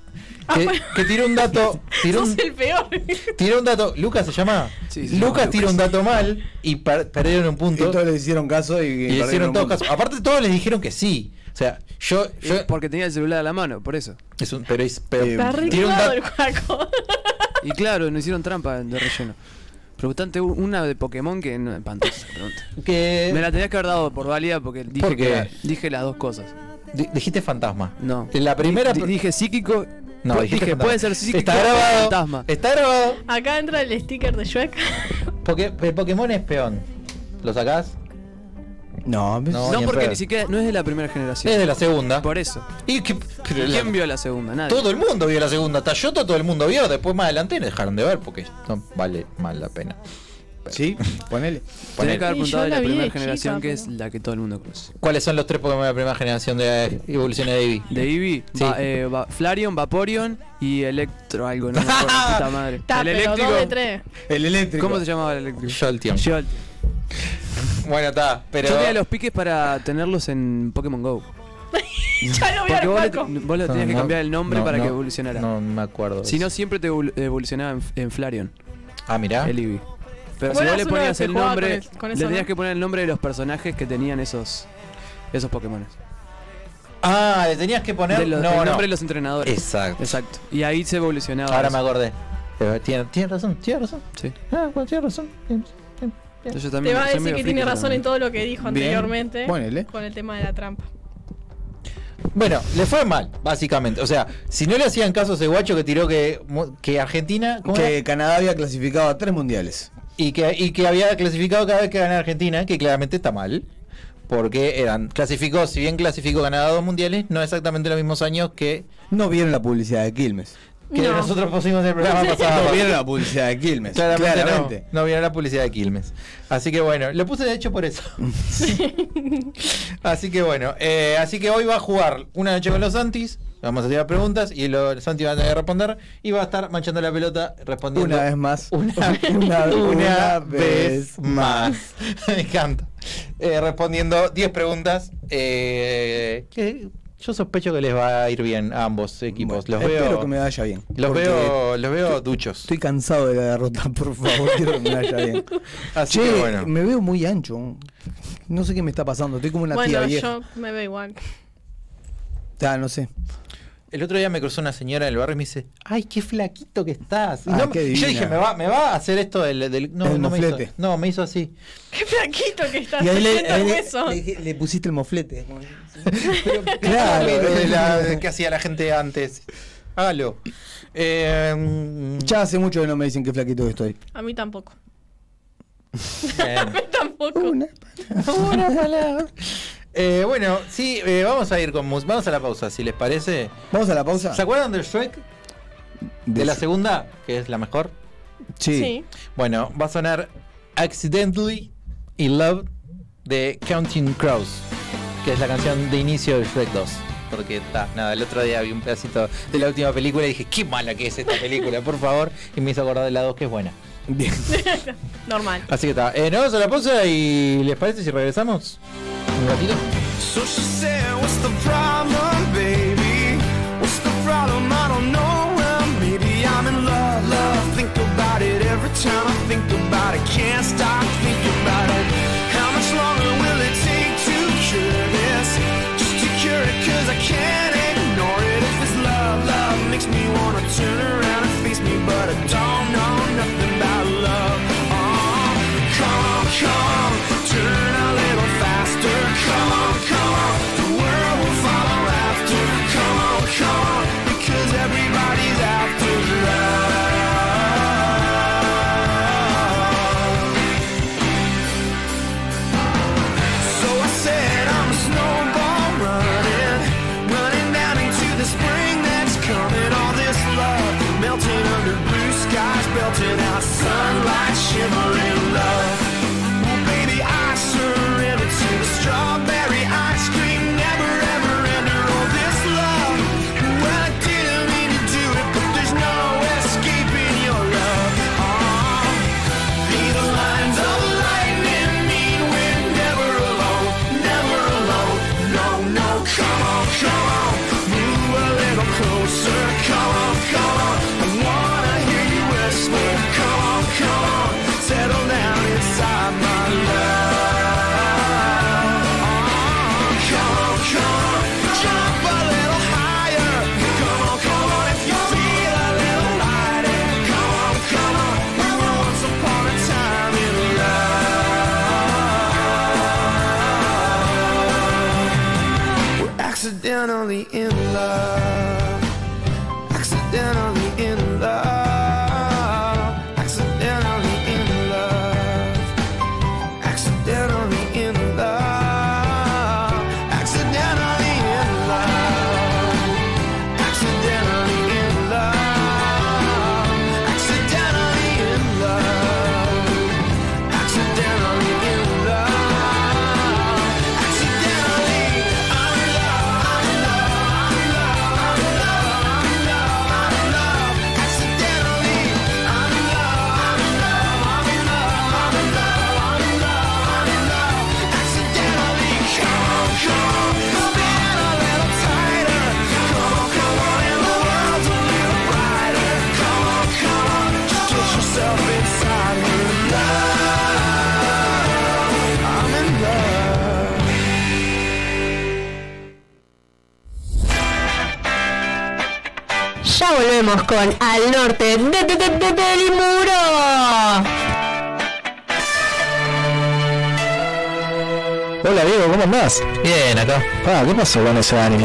Ah,
Que, que tiró un dato, tiró
Sos
un,
el peor.
Em,
tiró un dato, Lucas se llama.
Sí, se llama
Lucas tiró
Lucas.
un dato mal y per- perdieron un
Y
punto.
todos les hicieron caso y,
Y le hicieron todos caso. Aparte todos les dijeron que sí. O sea, yo, yo
Eh, Porque tenía el celular a la mano, por eso.
es un pero, es- pero-
Eh,
Está re
tiró un
clavado el
dato.
Juaco.
Y claro, no hicieron trampa de relleno. Preguntante u- una de Pokémon que no espantosa pregunta.
que
Me la tenías que haber dado por válida porque dije,
Eh. ¿Por qué?
que- dije las dos cosas.
di- dijiste fantasma.
No.
En La primera
Di- dije psíquico.
no,
pu-
dijiste
dije,
fantasma.
puede ser psíquico.
Está
o
grabado. Eh,
Fantasma.
Está grabado.
Acá entra el sticker de Shrek.
Porque el Pokémon es peón. ¿Lo sacás?
No, pues,
No,
No,
ni en
porque
pedo.
ni siquiera. No es de la primera generación.
Es de la segunda.
Por eso.
¿Y qué- pero la-
¿Quién vio la segunda? Nadie.
Todo el mundo vio la segunda. Toyota todo el mundo vio. Después más adelante dejaron de ver porque no vale más la pena.
Sí, ponele.
Tenés
Poner-
que haber
Y yo
preguntado de
la
la
vi de
primera
chica,
generación que
pero-
es la que todo el mundo conoce.
¿Cuáles son los tres Pokémon de la primera generación de evolución de Eevee?
De Eevee,
Sí.
Va- eh, Va- Flareon, Vaporeon y Electro algo, no me acuerdo, puta madre.
Está,
el
pero
eléctrico.
dos de tres.
El eléctrico.
¿Cómo se llamaba el eléctrico?
Jolteon.
Jolt.
Bueno, está, pero.
Yo tenía los piques para tenerlos en Pokémon Go.
Ya lo vio
Porque
el
vos le,
Juaco.
vos le
No,
tenías que
no,
cambiar el nombre
no,
para
no,
que evolucionara.
No me acuerdo. de
Si no,
eso.
siempre te evol- evolucionaba en, en Flareon,
Ah, mirá.
el Eevee. Pero
Bueno,
si vos le
es uno de los
ponías
que
el
jugaba
nombre,
con el- con
le
eso,
tenías
¿no?
que poner el nombre de los personajes que tenían esos esos Pokémon.
Ah, le tenías que poner.
el
no, no.
nombre de los entrenadores.
Exacto.
Exacto. Y ahí se evolucionaba.
Ahora
eso.
me acordé. Eh, Tiene, tiene razón, tiene razón.
Sí.
Ah, bueno, tiene razón. Tiene- tiene-
Entonces yo también-
Te va a
soy
decir
medio
que
friki
tiene
yo
razón
también.
en todo lo que dijo
Bien.
anteriormente.
Ponele.
Con el tema de la trampa.
Bueno, le fue mal, básicamente. O sea, si no le hacían caso a ese guacho que tiró que, que Argentina ¿cómo
Que
era?
Canadá había clasificado a tres mundiales.
y, que, y que había clasificado cada vez que ganaba Argentina, que claramente está mal. Porque eran, clasificó, si bien clasificó ganaba dos mundiales, no exactamente los mismos años que,
No vieron la publicidad de Quilmes.
que
No.
nosotros pusimos en el programa pasado.
No vieron la publicidad de Quilmes.
Claramente,
Claramente.
No, no vieron la publicidad de Quilmes. Así que bueno, lo puse de hecho por eso. así que bueno, eh, así que hoy va a jugar una noche con los Santis. Vamos a tirar preguntas y los los Santis van a tener que responder. Y va a estar manchando la pelota respondiendo.
Una vez más.
Una,
Una-
una
una
vez
vez
más. Me encanta. Eh, respondiendo 10 preguntas. eh, que yo sospecho que les va a ir bien a ambos equipos.
Bueno,
los
Espero
veo.
que me vaya bien.
Los
porque
veo, los veo duchos.
Estoy cansado de la derrota, por favor. Quiero que me vaya bien.
Así
Che,
que bueno.
me veo muy ancho. No sé qué me está pasando. Estoy como una tía
Bueno,
vieja.
yo me veo igual.
Ah, no sé.
El otro día me cruzó una señora del barrio y me dice, ay, qué flaquito que estás. Y
Ah,
no-
qué
yo
divina.
dije, me va, me va a hacer esto del... del- no,
El
no me hizo,
moflete.
no, me hizo así.
Qué flaquito que estás
Y ahí le,
haciendo
ahí
el
le-
hueso.
le- le pusiste el moflete.
Claro,
Claro,
de la-
eh.
de que hacía la gente antes. Hágalo. Eh,
Ya hace mucho que no me dicen qué flaquito que estoy.
A mí tampoco.
bien.
Tampoco.
Una.
Eh, bueno, sí, eh, vamos a ir con mus- Vamos a la pausa, si les parece.
Vamos a la pausa.
¿Se acuerdan del Shrek? De la segunda, que es la mejor.
Sí.
Sí.
Bueno, va a sonar Accidentally in Love de Counting Crows, que es la canción de inicio de Shrek 2. Porque está, nada, el otro día vi un pedacito de la última película y dije, qué mala que es esta película, por favor. Y me hizo acordar de la 2 que es buena.
Bien.
Normal.
Así que está, eh, nos vamos a la pausa y ¿les parece si regresamos? Un ratito.
So she said, What's the problem, baby? What's the problem? I don't know. Well, maybe I'm in love, love. Think about it every time I think about it. Can't stop thinking about it. How much longer will it take to cure this? Just to cure it, cause I can't ignore it. If it's love, love makes me wanna turn around and face me, but I don't know nothing about love. Oh, come, come, turn a little faster. Come on, come on, the world.
Ah, Accidentally in love. Accidentally in love. Accidentally in love. Accidentally in love. Accidentally in love. Accidentally in love. Accidentally in love. Accidentally in love. Accidentally I'm in love. I'm in love. I'm in love. I'm in love. I'm in love. I'm in love. Accidentally I'm in love. I'm in love. I'm in love. I'm in love. I'm in love. I'm in love. Accidentally come on, come on. Come in a little tighter. Come on, come on. And the world's a little brighter. Come on, come on. Just get yourself inside me. I'm in love.
Ya volvemos con Al Norte de, de, de, de- del Muro.
Hola Diego, ¿cómo andás?
Bien, acá.
Ah, ¿qué pasó con ese anime?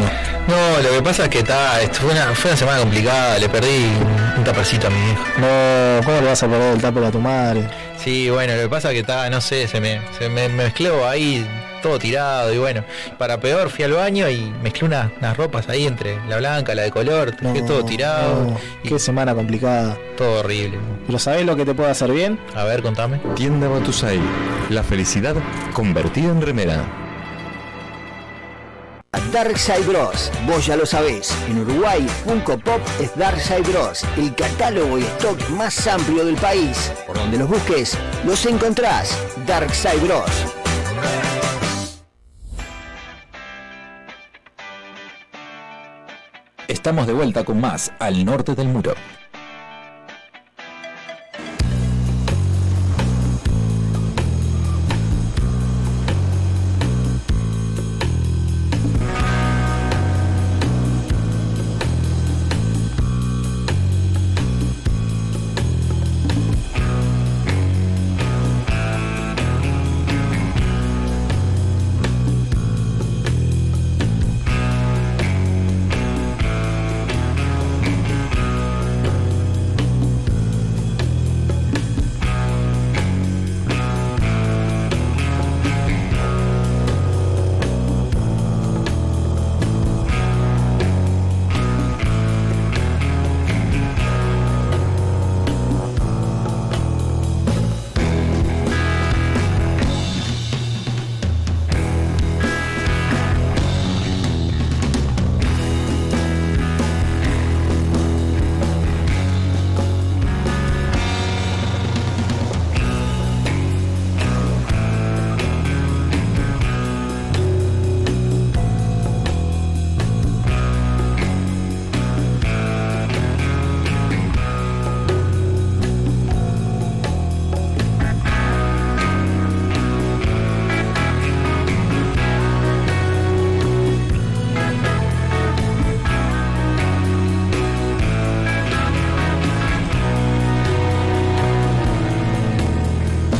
No, lo que pasa es que está, esto fue, una, fue una semana complicada, le perdí un- un tapercito a mi hijo.
No, ¿cómo le vas a perder el tapo a tu madre?
Sí, bueno, lo que pasa es que está, no sé, se me, se me mezcló ahí todo tirado y bueno, para peor fui al baño y mezclé unas, unas ropas ahí entre la blanca, la de color,
No,
dejé todo tirado
no,
y
Qué semana complicada.
todo horrible.
¿Pero sabés lo que te puede hacer bien?
A ver, contame.
Tienda Batusai. La felicidad convertida en remera.
Darkside Bros, vos ya lo sabés, en Uruguay Funko Pop es Darkside Bros, el catálogo y stock más amplio del país. Por donde los busques, los encontrás. Darkside Bros.
Estamos de vuelta con más al norte del muro.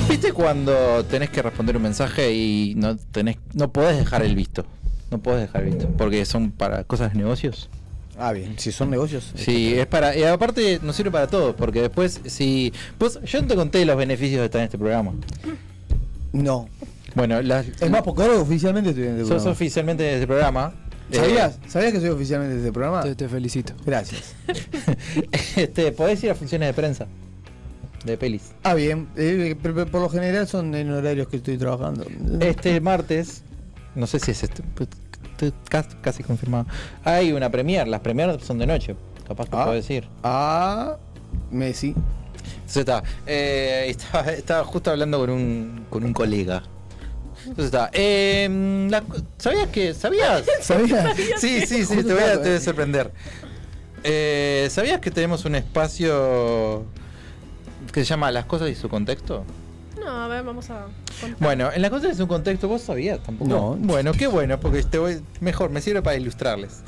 ¿Viste cuando tenés que responder un mensaje y no tenés, no podés dejar el visto? No podés dejar el visto, porque son para cosas de negocios.
Ah, bien. Si son negocios.
Sí, es para. Y aparte nos sirve para todos, porque después, si. Vos, yo no te conté los beneficios de estar en este programa.
No.
Bueno, las,
Es más, porque ahora oficialmente estoy en este
sos
programa.
oficialmente de este programa.
¿Sabías? ¿Sabías que soy oficialmente de este programa?
Te, te felicito.
Gracias.
Eh, este, podés ir a funciones de prensa. De pelis.
Ah, bien. Eh, pero- pero por lo general son en horarios que estoy trabajando.
Este martes, no sé si es este, pues, te- casi, casi confirmado. Hay una premier, las premier son de noche, capaz que
Ah.
puedo decir.
Ah, Messi.
Entonces está, eh, estaba, estaba justo hablando con un, con un colega. Entonces está, em, la- ¿sabías que? ¿Sabías?
¿Sabías?
Sí, sí, sí,
Justo
te voy a,
estaba-
te voy a sorprender. Eh, ¿Sabías que tenemos un espacio que se llama Las cosas y su contexto?
No, a ver, vamos a. contar.
Bueno, en Las cosas y su contexto, vos sabías tampoco.
No.
Bueno, qué bueno, porque te voy, mejor, me sirve para ilustrarles.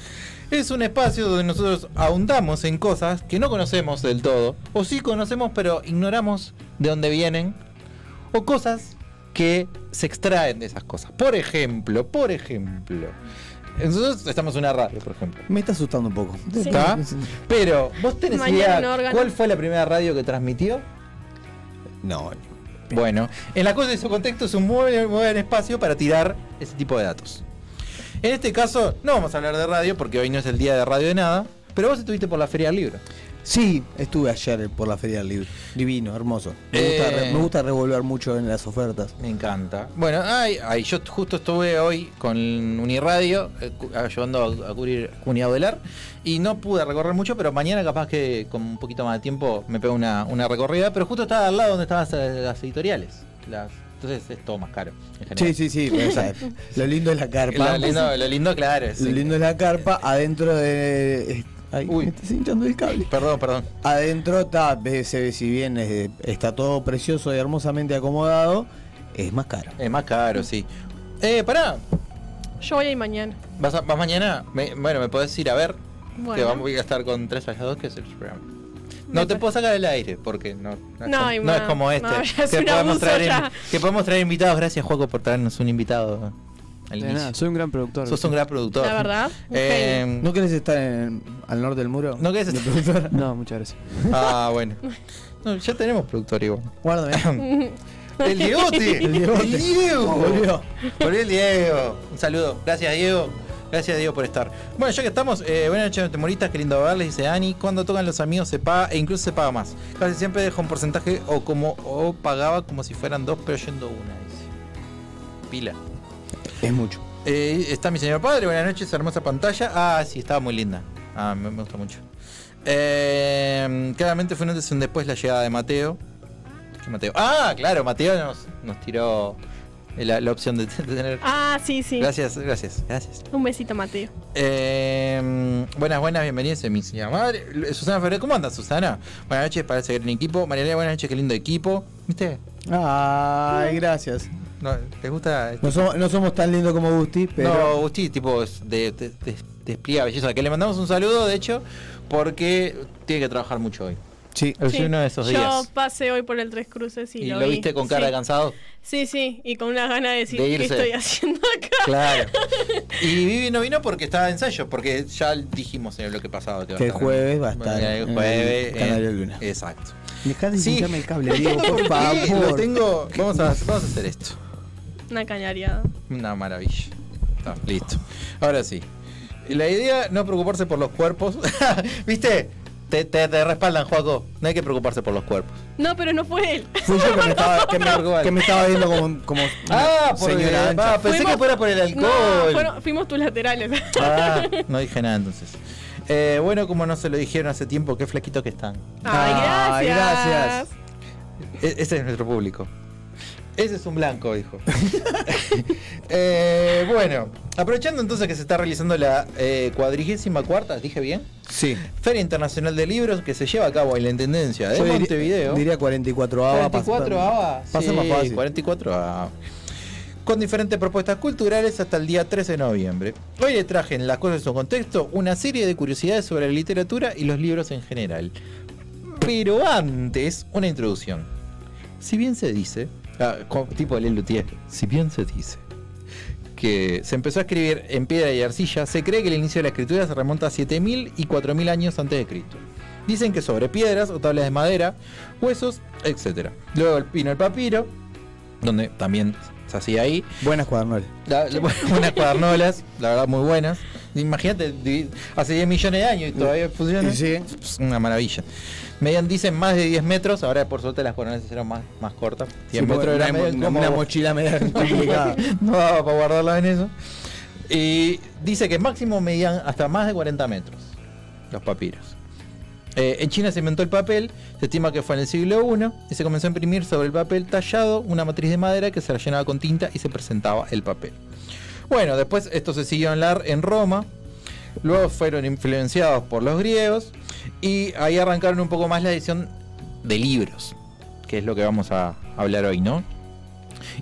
Es un espacio donde nosotros ahondamos en cosas que no conocemos del todo, o sí conocemos pero ignoramos de dónde vienen, o cosas que se extraen de esas cosas. Por ejemplo, por ejemplo, Nosotros estamos en una radio, por ejemplo.
Me está asustando un poco.
Sí. ¿Está? Pero, ¿vos tenés
Mañana
idea
un órgano.
cuál fue la primera radio que transmitió?
No.
Bueno, en la cosa de su contexto es un muy buen espacio para tirar ese tipo de datos. En este caso, no vamos a hablar de radio porque hoy no es el día de radio de nada, pero vos estuviste por la Feria del Libro.
Sí, estuve ayer por la Feria del Libro. Divino, hermoso. Me, gusta,
Eh.
re- me gusta revolver mucho en las ofertas.
Me encanta. Bueno, ay, ay, yo justo estuve hoy con Uniradio eh, cu- ayudando a, a cubrir Cuñado del Ar y no pude recorrer mucho, pero mañana capaz que con un poquito más de tiempo me pego una, una recorrida, pero justo estaba al lado donde estaban las, las editoriales. Las, entonces es todo más caro. en general.
Sí, sí, sí. pero, o sea, lo lindo es la carpa.
Lo lindo, lo lindo, claro. es-
Lo lindo es la carpa. Adentro de. eh, Ay,
Uy.
me estás hinchando el cable.
Perdón, perdón.
Adentro está, ve- se ve si bien eh, está todo precioso y hermosamente acomodado, es más caro.
Es más caro, sí. Eh, pará.
Yo voy a ir mañana.
¿Vas, a- vas mañana? Me- bueno, me podés ir a ver.
Bueno.
Que vamos a estar con 3 allá 2, que es el programa.
Me
No te
pa-
puedo sacar del aire, porque no, no, es
No,
como-
y
no
ma-
es como este.
no, ya es
que,
un
podemos
abuso
traer, in-
ya.
que podemos traer invitados. Gracias, Juaco, por traernos un invitado al
De
inicio.
nada, soy un gran productor.
Sos un gran productor.
La verdad, un
Eh,
¿No querés estar en- al norte del muro?
¿No querés
Me
estar-
preguntaron.
No, muchas gracias.
Ah, bueno. No, ya tenemos productor igual.
Guárdame.
¡El Diegote!
El Diegote.
¡El Diego!
Volvió.
Volvió el Diego. Un saludo. Gracias, Diego. Gracias, Diego, por estar. Bueno, ya que estamos, eh, buenas noches, temoristas. Qué lindo verles, dice Ani. Cuando tocan los amigos se paga e incluso se paga más. Casi siempre deja un porcentaje o como o pagaba como si fueran dos, pero yendo una, dice. Pila.
Es mucho.
Eh, está mi señor padre, buenas noches, hermosa pantalla. Ah, sí, estaba muy linda. Ah, me, me gusta mucho. Eh, claramente fue un antes y un después la llegada de Mateo. ¿Qué Mateo? Ah, claro, Mateo nos, nos tiró la, la opción de, de tener.
Ah, sí, sí.
Gracias, gracias, gracias.
Un besito, Mateo.
Eh, buenas, buenas, bienvenidos mi señora madre. Susana Ferrer, ¿cómo andas, Susana? Buenas noches, parece que en equipo. María buenas noches, qué lindo equipo. ¿Viste?
Ay, gracias.
No, ¿Te gusta? este?
No somos, no somos tan lindos como Gusti,
No,
pero.
Gusti, tipo, es de, de- de- despliega belleza. Que le mandamos un saludo, de hecho, porque tiene que trabajar mucho hoy.
Sí.
Es
Sí.
uno de esos
Yo
días.
pasé hoy por el Tres Cruces y,
Y
lo,
lo,
vi.
viste con cara de
Sí.
cansado.
Sí, sí, y con una gana de decir
De
qué
irse.
estoy haciendo acá.
Claro. y Vivi no vino porque estaba de ensayo, porque ya dijimos en lo que pasado.
Que el jueves va a estar en
El
el
jueves. eh,
Canario Luna.
Exacto.
Dejá de
Sí.
hincharme el cable, Diego, por
Sí, Lo
favor.
tengo. Vamos a, vamos a hacer esto.
Una cañareada.
Una maravilla. Está, listo. Ahora sí. La idea no preocuparse por los cuerpos. ¿Viste? Te, te, te respaldan, Joaco. No hay que preocuparse por los cuerpos.
No, pero no fue él.
Fui yo que me estaba, que me, que me estaba viendo como, como una señora
el- ah,
ancha.
pensé
Fuimos-
que fuera por el alcohol.
No, fueron- fuimos tus laterales.
Ah, no dije nada entonces. Eh, bueno, como no se lo dijeron hace tiempo, qué flaquitos que están.
Ay,
Ah,
Ay,
gracias.
gracias.
E- ese es nuestro público. Ese es un blanco, dijo. Eh, bueno, aprovechando entonces que se está realizando la eh, cuadrigésima cuarta, dije bien.
Sí.
Feria Internacional de Libros que se lleva a cabo en la Intendencia de
Yo diría-
Montevideo.
Diría 44 ABA.
44 ABA.
Pasa más
Sí,
fácil.
44 ABA. Con diferentes propuestas culturales hasta el día 13 de noviembre. Hoy le traje en las cosas en su contexto una serie de curiosidades sobre la literatura y los libros en general. Pero antes, una introducción. Si bien se dice, ah, co- tipo Alain Luthier, si bien se dice que se empezó a escribir en piedra y arcilla, se cree que el inicio de la escritura se remonta a 7000 y 4000 años antes de Cristo. Dicen que sobre piedras o tablas de madera, huesos, etc. Luego el pino el papiro, donde también se hacía ahí.
Buenas cuadernoles.
La- la- unas cuadernolas, la verdad, muy buenas. Imagínate, di- hace 10 millones de años y todavía funciona.
Y sigue.
Es una maravilla. Median dicen más de 10 metros, ahora por suerte las cuadernolas se hicieron más, más cortas. 10
Sí,
metros era
una,
medio
una-
como-
una mochila media complicada.
no daba para guardarla en eso. Y dice que máximo medían hasta más de 40 metros los papiros. Eh, en China se inventó el papel, se estima que fue en el siglo I, y se comenzó a imprimir sobre el papel tallado una matriz de madera que se rellenaba con tinta y se presentaba el papel. Bueno, después esto se siguió en, lar- en Roma, luego fueron influenciados por los griegos, y ahí arrancaron un poco más la edición de libros, que es lo que vamos a hablar hoy, ¿no?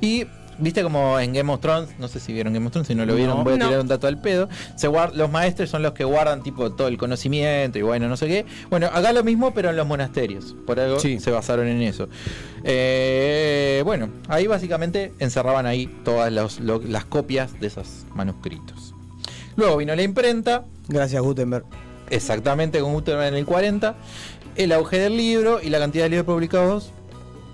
Y viste como en Game of Thrones, no sé si vieron Game of Thrones, si no lo vieron,
No.
voy a
No.
tirar un dato al pedo. Se guar- los maestros son los que guardan tipo todo el conocimiento y bueno, no sé qué. Bueno, acá lo mismo, pero en los monasterios. Por algo
Sí.
se basaron en eso. Eh, bueno, ahí básicamente encerraban ahí todas los- lo- las copias de esos manuscritos. Luego vino la imprenta.
Gracias, Gutenberg.
Exactamente, con Gutenberg en el 40. El auge del libro y la cantidad de libros publicados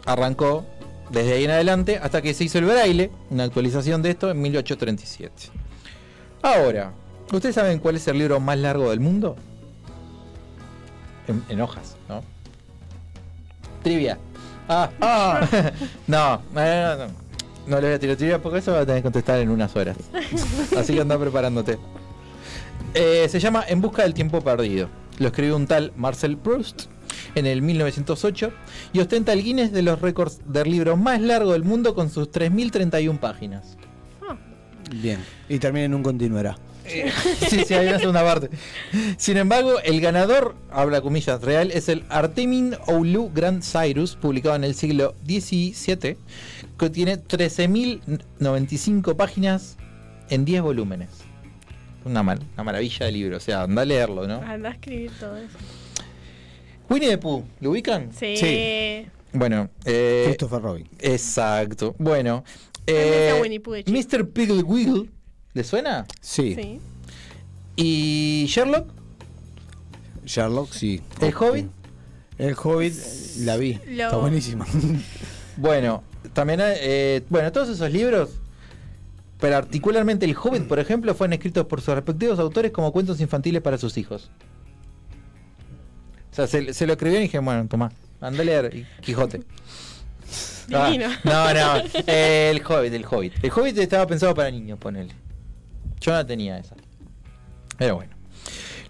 arrancó desde ahí en adelante hasta que se hizo el braille, una actualización de esto en 1837. Ahora, ¿ustedes saben cuál es el libro más largo del mundo? En, en hojas, ¿no? Trivia. Ah, ah. no, no, no, no. No le voy a tirar trivia porque eso va a tener que contestar en unas horas. Así que anda preparándote. Eh, se llama En busca del tiempo perdido. Lo escribió un tal Marcel Proust en el 1908 y ostenta el Guinness de los récords del libro más largo del mundo con sus 3.031 páginas.
Bien. Y termina en un continuará.
sí, sí, hay una segunda parte. Sin embargo, el ganador, habla comillas real, es el Artemin Oulu Grand Cyrus, publicado en el siglo XVII, que tiene 13.095 páginas en 10 volúmenes. Una, mar- una maravilla de libro, o sea, anda a leerlo, ¿no?
Anda a escribir todo eso.
Winnie the Pooh, ¿lo ubican?
Sí.
Bueno, eh,
Christopher Robin.
Exacto. Bueno,
gusta
eh,
Winnie Pooh, de chico.
Mr. Piggle Wiggle, ¿le suena?
Sí.
Sí.
¿Y Sherlock?
Sherlock, sí.
¿El Hobbit?
El Hobbit eh, la vi.
Lo-
Está buenísima.
Bueno, también hay, eh, bueno, todos esos libros, particularmente El Hobbit, por ejemplo, fueron escritos por sus respectivos autores como cuentos infantiles para sus hijos. O sea, se, se lo escribieron y dije, bueno, tomá, andá a leer y- Quijote. Ah,
Divino.
no, no, eh, El Hobbit, El Hobbit. El Hobbit estaba pensado para niños, ponele. Yo no tenía esa. Pero bueno.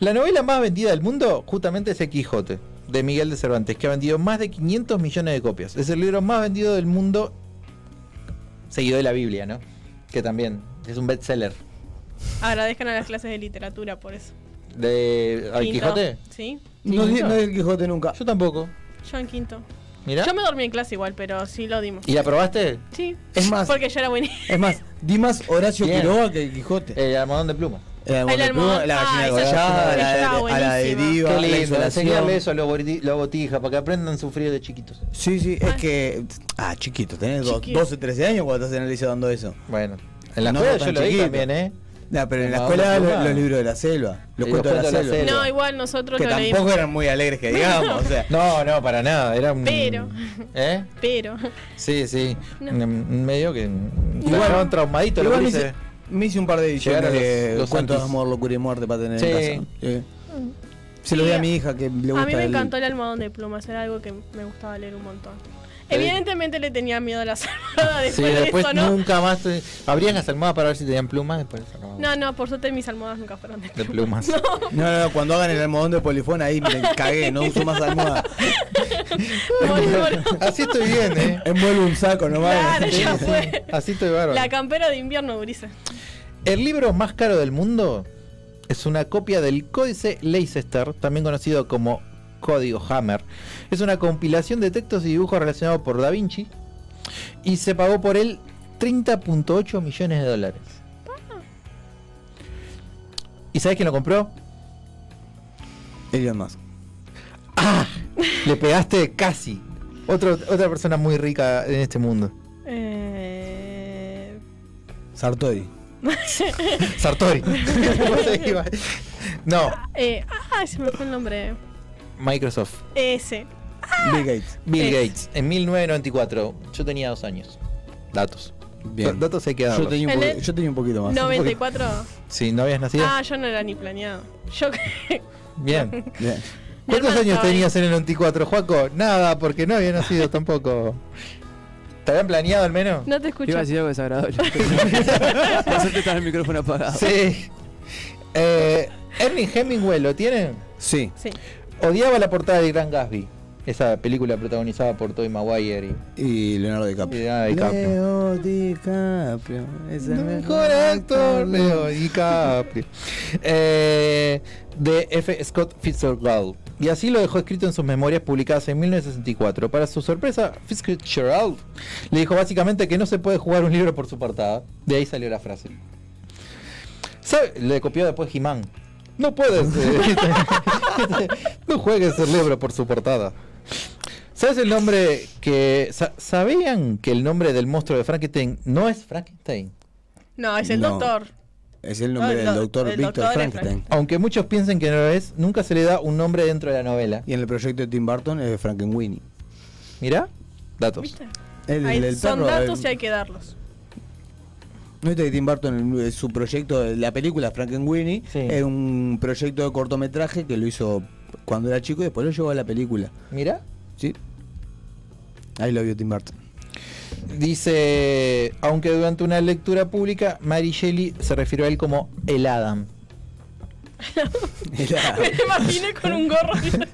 La novela más vendida del mundo justamente es El Quijote, de Miguel de Cervantes, que ha vendido más de 500 millones de copias. Es el libro más vendido del mundo, seguido de la Biblia, ¿no? Que también es un bestseller.
Agradezcan a las clases de literatura por eso.
¿De ¿al
Quinto.
Quijote?
Sí,
No, di-
no.
no es el Quijote nunca.
Yo tampoco.
yo en quinto.
Mirá.
Yo me dormí en clase igual, pero sí lo dimos.
¿Y la probaste?
Sí.
Es más-
Porque yo era buenísimo.
Es más, di más Horacio
Bien. Eh,
Quiroga que el Quijote. Eh,
El almohadón de pluma.
El almohadón de
almohadón.
pluma, la gallina
Ay,
degollada,
esa-
la-
estaba
a la
buenísima.
deriva,
Qué
la
lindo,
insolación.
enseñarle eso a los, bori- los botijas, para que aprendan a sufrir de chiquitos.
Sí, sí, es que. Ah, chiquito, tenés do-
Chiquito.
12, 13 años cuando estás en el liceo dando eso.
Bueno, en la
No,
escuela
no
yo
tan
lo vi
chiquito.
también, ¿eh?
No, pero en la
No, no,
escuela
no,
lo-
no.
los libros de la selva, los cuentos de la selva.
No, igual nosotros
Que
lo leímos.
tampoco eran muy alegres que digamos, o sea.
No, no, para nada, era un...
Pero.
¿Eh?
Pero.
Sí, sí.
No.
Un- un Medio que.
Igual-
Igual, traumadito lo
Igual me,
dice.
hice, me hice un par de
Llegar a
ediciones de
los- los
cuentos de
santis.
amor, locura y muerte para tener en
Sí.
casa. Sí. Se lo di a mi hija que le gusta
A mí me
el-
encantó el almohadón de plumas, era algo que me gustaba leer un montón. Evidentemente le tenía miedo a las almohadas
Sí,
después de
después
eso, ¿no?
nunca más. te- Abrías las almohadas para ver si tenían plumas. Después las acababas.
No, no, por suerte mis almohadas nunca fueron de
De
plumas.
plumas.
No, no, no, cuando hagan el almohadón de polifón ahí me cagué, no uso más almohada.
Morí, morí.
Así estoy bien, ¿eh?
Envuelvo un saco nomás.
Claro, ya fue.
Así estoy bárbaro.
La campera de invierno, Gurisa.
El libro más caro del mundo es una copia del Códice Leicester, también conocido como Código Hammer. Es una compilación de textos y dibujos relacionados por Da Vinci y se pagó por él 30.8 millones de dólares. ¿Y sabes quién lo compró?
Elon Musk.
¡Ah! Le pegaste casi. Otro- otra persona muy rica en este mundo.
Eh...
Sartori.
Sartori. Vos ahí va. no,
Eh, ah, se me fue el nombre.
Microsoft.
Ese.
Bill Gates.
Es.
Bill Gates, en 1994. Yo tenía dos años. Datos. Da-
Bien.
Datos hay que darlos.
Yo tenía, un
El-
poqui- yo tenía un poquito más.
94.
Si no habías nacido.
Ah, yo no era ni planeado. Yo que-
Bien.
Bien.
Mi
¿Cuántos
hermano
años
estaba ahí.
tenías en el 94, Juaco? Nada, porque no había nacido tampoco. ¿Te habían planeado al menos?
No te escucho.
Iba a decir algo desagradable. Por suerte estaba el micrófono apagado.
Ah, Sí. Eh, Ernie Hemingway, ¿lo tienen?
Sí.
Sí.
Odiaba la portada de Gran Gatsby. Esa película protagonizada por Tobey Maguire y
Y Leonardo DiCaprio.
Y Leonardo DiCaprio.
Leo DiCaprio. Es el
Mejor actor, Leo DiCaprio. Eh, de F. Scott Fitzgerald. Y así lo dejó escrito en sus memorias publicadas en 1964. Para su sorpresa, Fitzgerald le dijo básicamente que no se puede jugar un libro por su portada. De ahí salió la frase. ¿Sabe? Le copió después He-Man. No puedes. eh, no juegues el libro por su portada. ¿Sabes el nombre que... sa- ¿Sabían que el nombre del monstruo de Frankenstein no es Frankenstein?
No, es el
No.
doctor.
Es el nombre
Ah, No, el
del
do-
doctor
el
Víctor
doctor es
Frankenstein.
Aunque muchos piensen que no lo es, nunca se le da un nombre dentro de la novela.
Y en el proyecto de Tim Burton es Frankenweenie.
Mirá, datos.
¿Viste?
El,
Ahí
el- el
son
perro,
datos
el-
y hay que darlos.
¿No viste que Tim Burton, el- su proyecto, de la película Frankenweenie,
Sí.
era un proyecto de cortometraje que lo hizo cuando era chico y después lo llevó a la película?
Mirá.
¿Sí? Ahí lo vio Tim Burton.
Dice, aunque durante una lectura pública, Mary Shelley se refirió a él como el Adam.
Era-
Me lo imaginé con un gorro.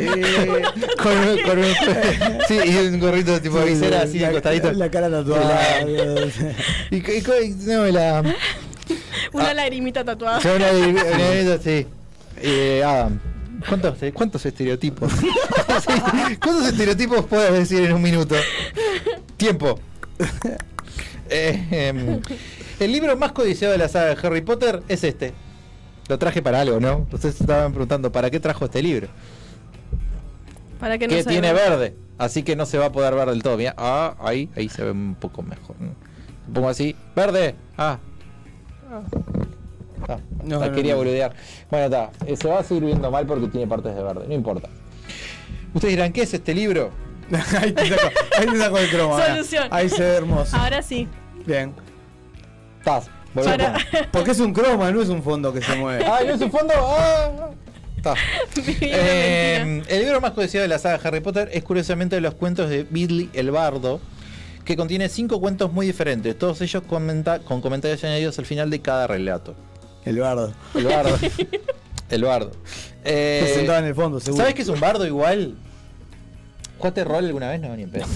Eh, con, un- con un, sí, y un gorrito tipo de visera así de costadito.
La cara tatuada.
Y, co- y co- y- no, el Adam.
Una
Ah.
lagrimita tatuada.
Yo una de- una de- sí. Eh, Adam. ¿Cuántos, eh? cuántos estereotipos? Sí, ¿Cuántos estereotipos puedes decir en un minuto? Tiempo. Eh, em, el libro más codiciado de la saga de Harry Potter es este. Lo traje para algo, ¿no? Ustedes se estaban preguntando, ¿para qué trajo este libro?
Para que no
que
se
tiene
vea.
verde, así que no se va a poder ver del todo. Mira, ah, ahí, ahí se ve un poco mejor. ¿no? Pongo así, verde, ah. Ah,
No,
la
no,
quería
no.
boludear. Bueno, está. eh, Se va a seguir viendo mal porque tiene partes de verde. No importa. Ustedes dirán, ¿qué es este libro?
ahí, te saco, ahí te saco el croma. ahora.
Solución.
Ahí se ve hermoso.
Ahora sí.
Bien.
Taz, volvé a
Para-
poner.
Porque es un croma, no es un fondo que se mueve.
Ah, no es un fondo. Ah. Está.
Viví una
Eh,
mentira.
el libro más codiciado de la saga Harry Potter es curiosamente los cuentos de Bidley el Bardo, que contiene cinco cuentos muy diferentes, todos ellos comenta- con comentarios añadidos al final de cada relato.
El bardo.
El bardo. el bardo. Eh,
Se sentaba en el fondo, seguro.
¿Sabes que es un bardo igual? ¿Jugaste rol alguna vez? No, ni en pedo.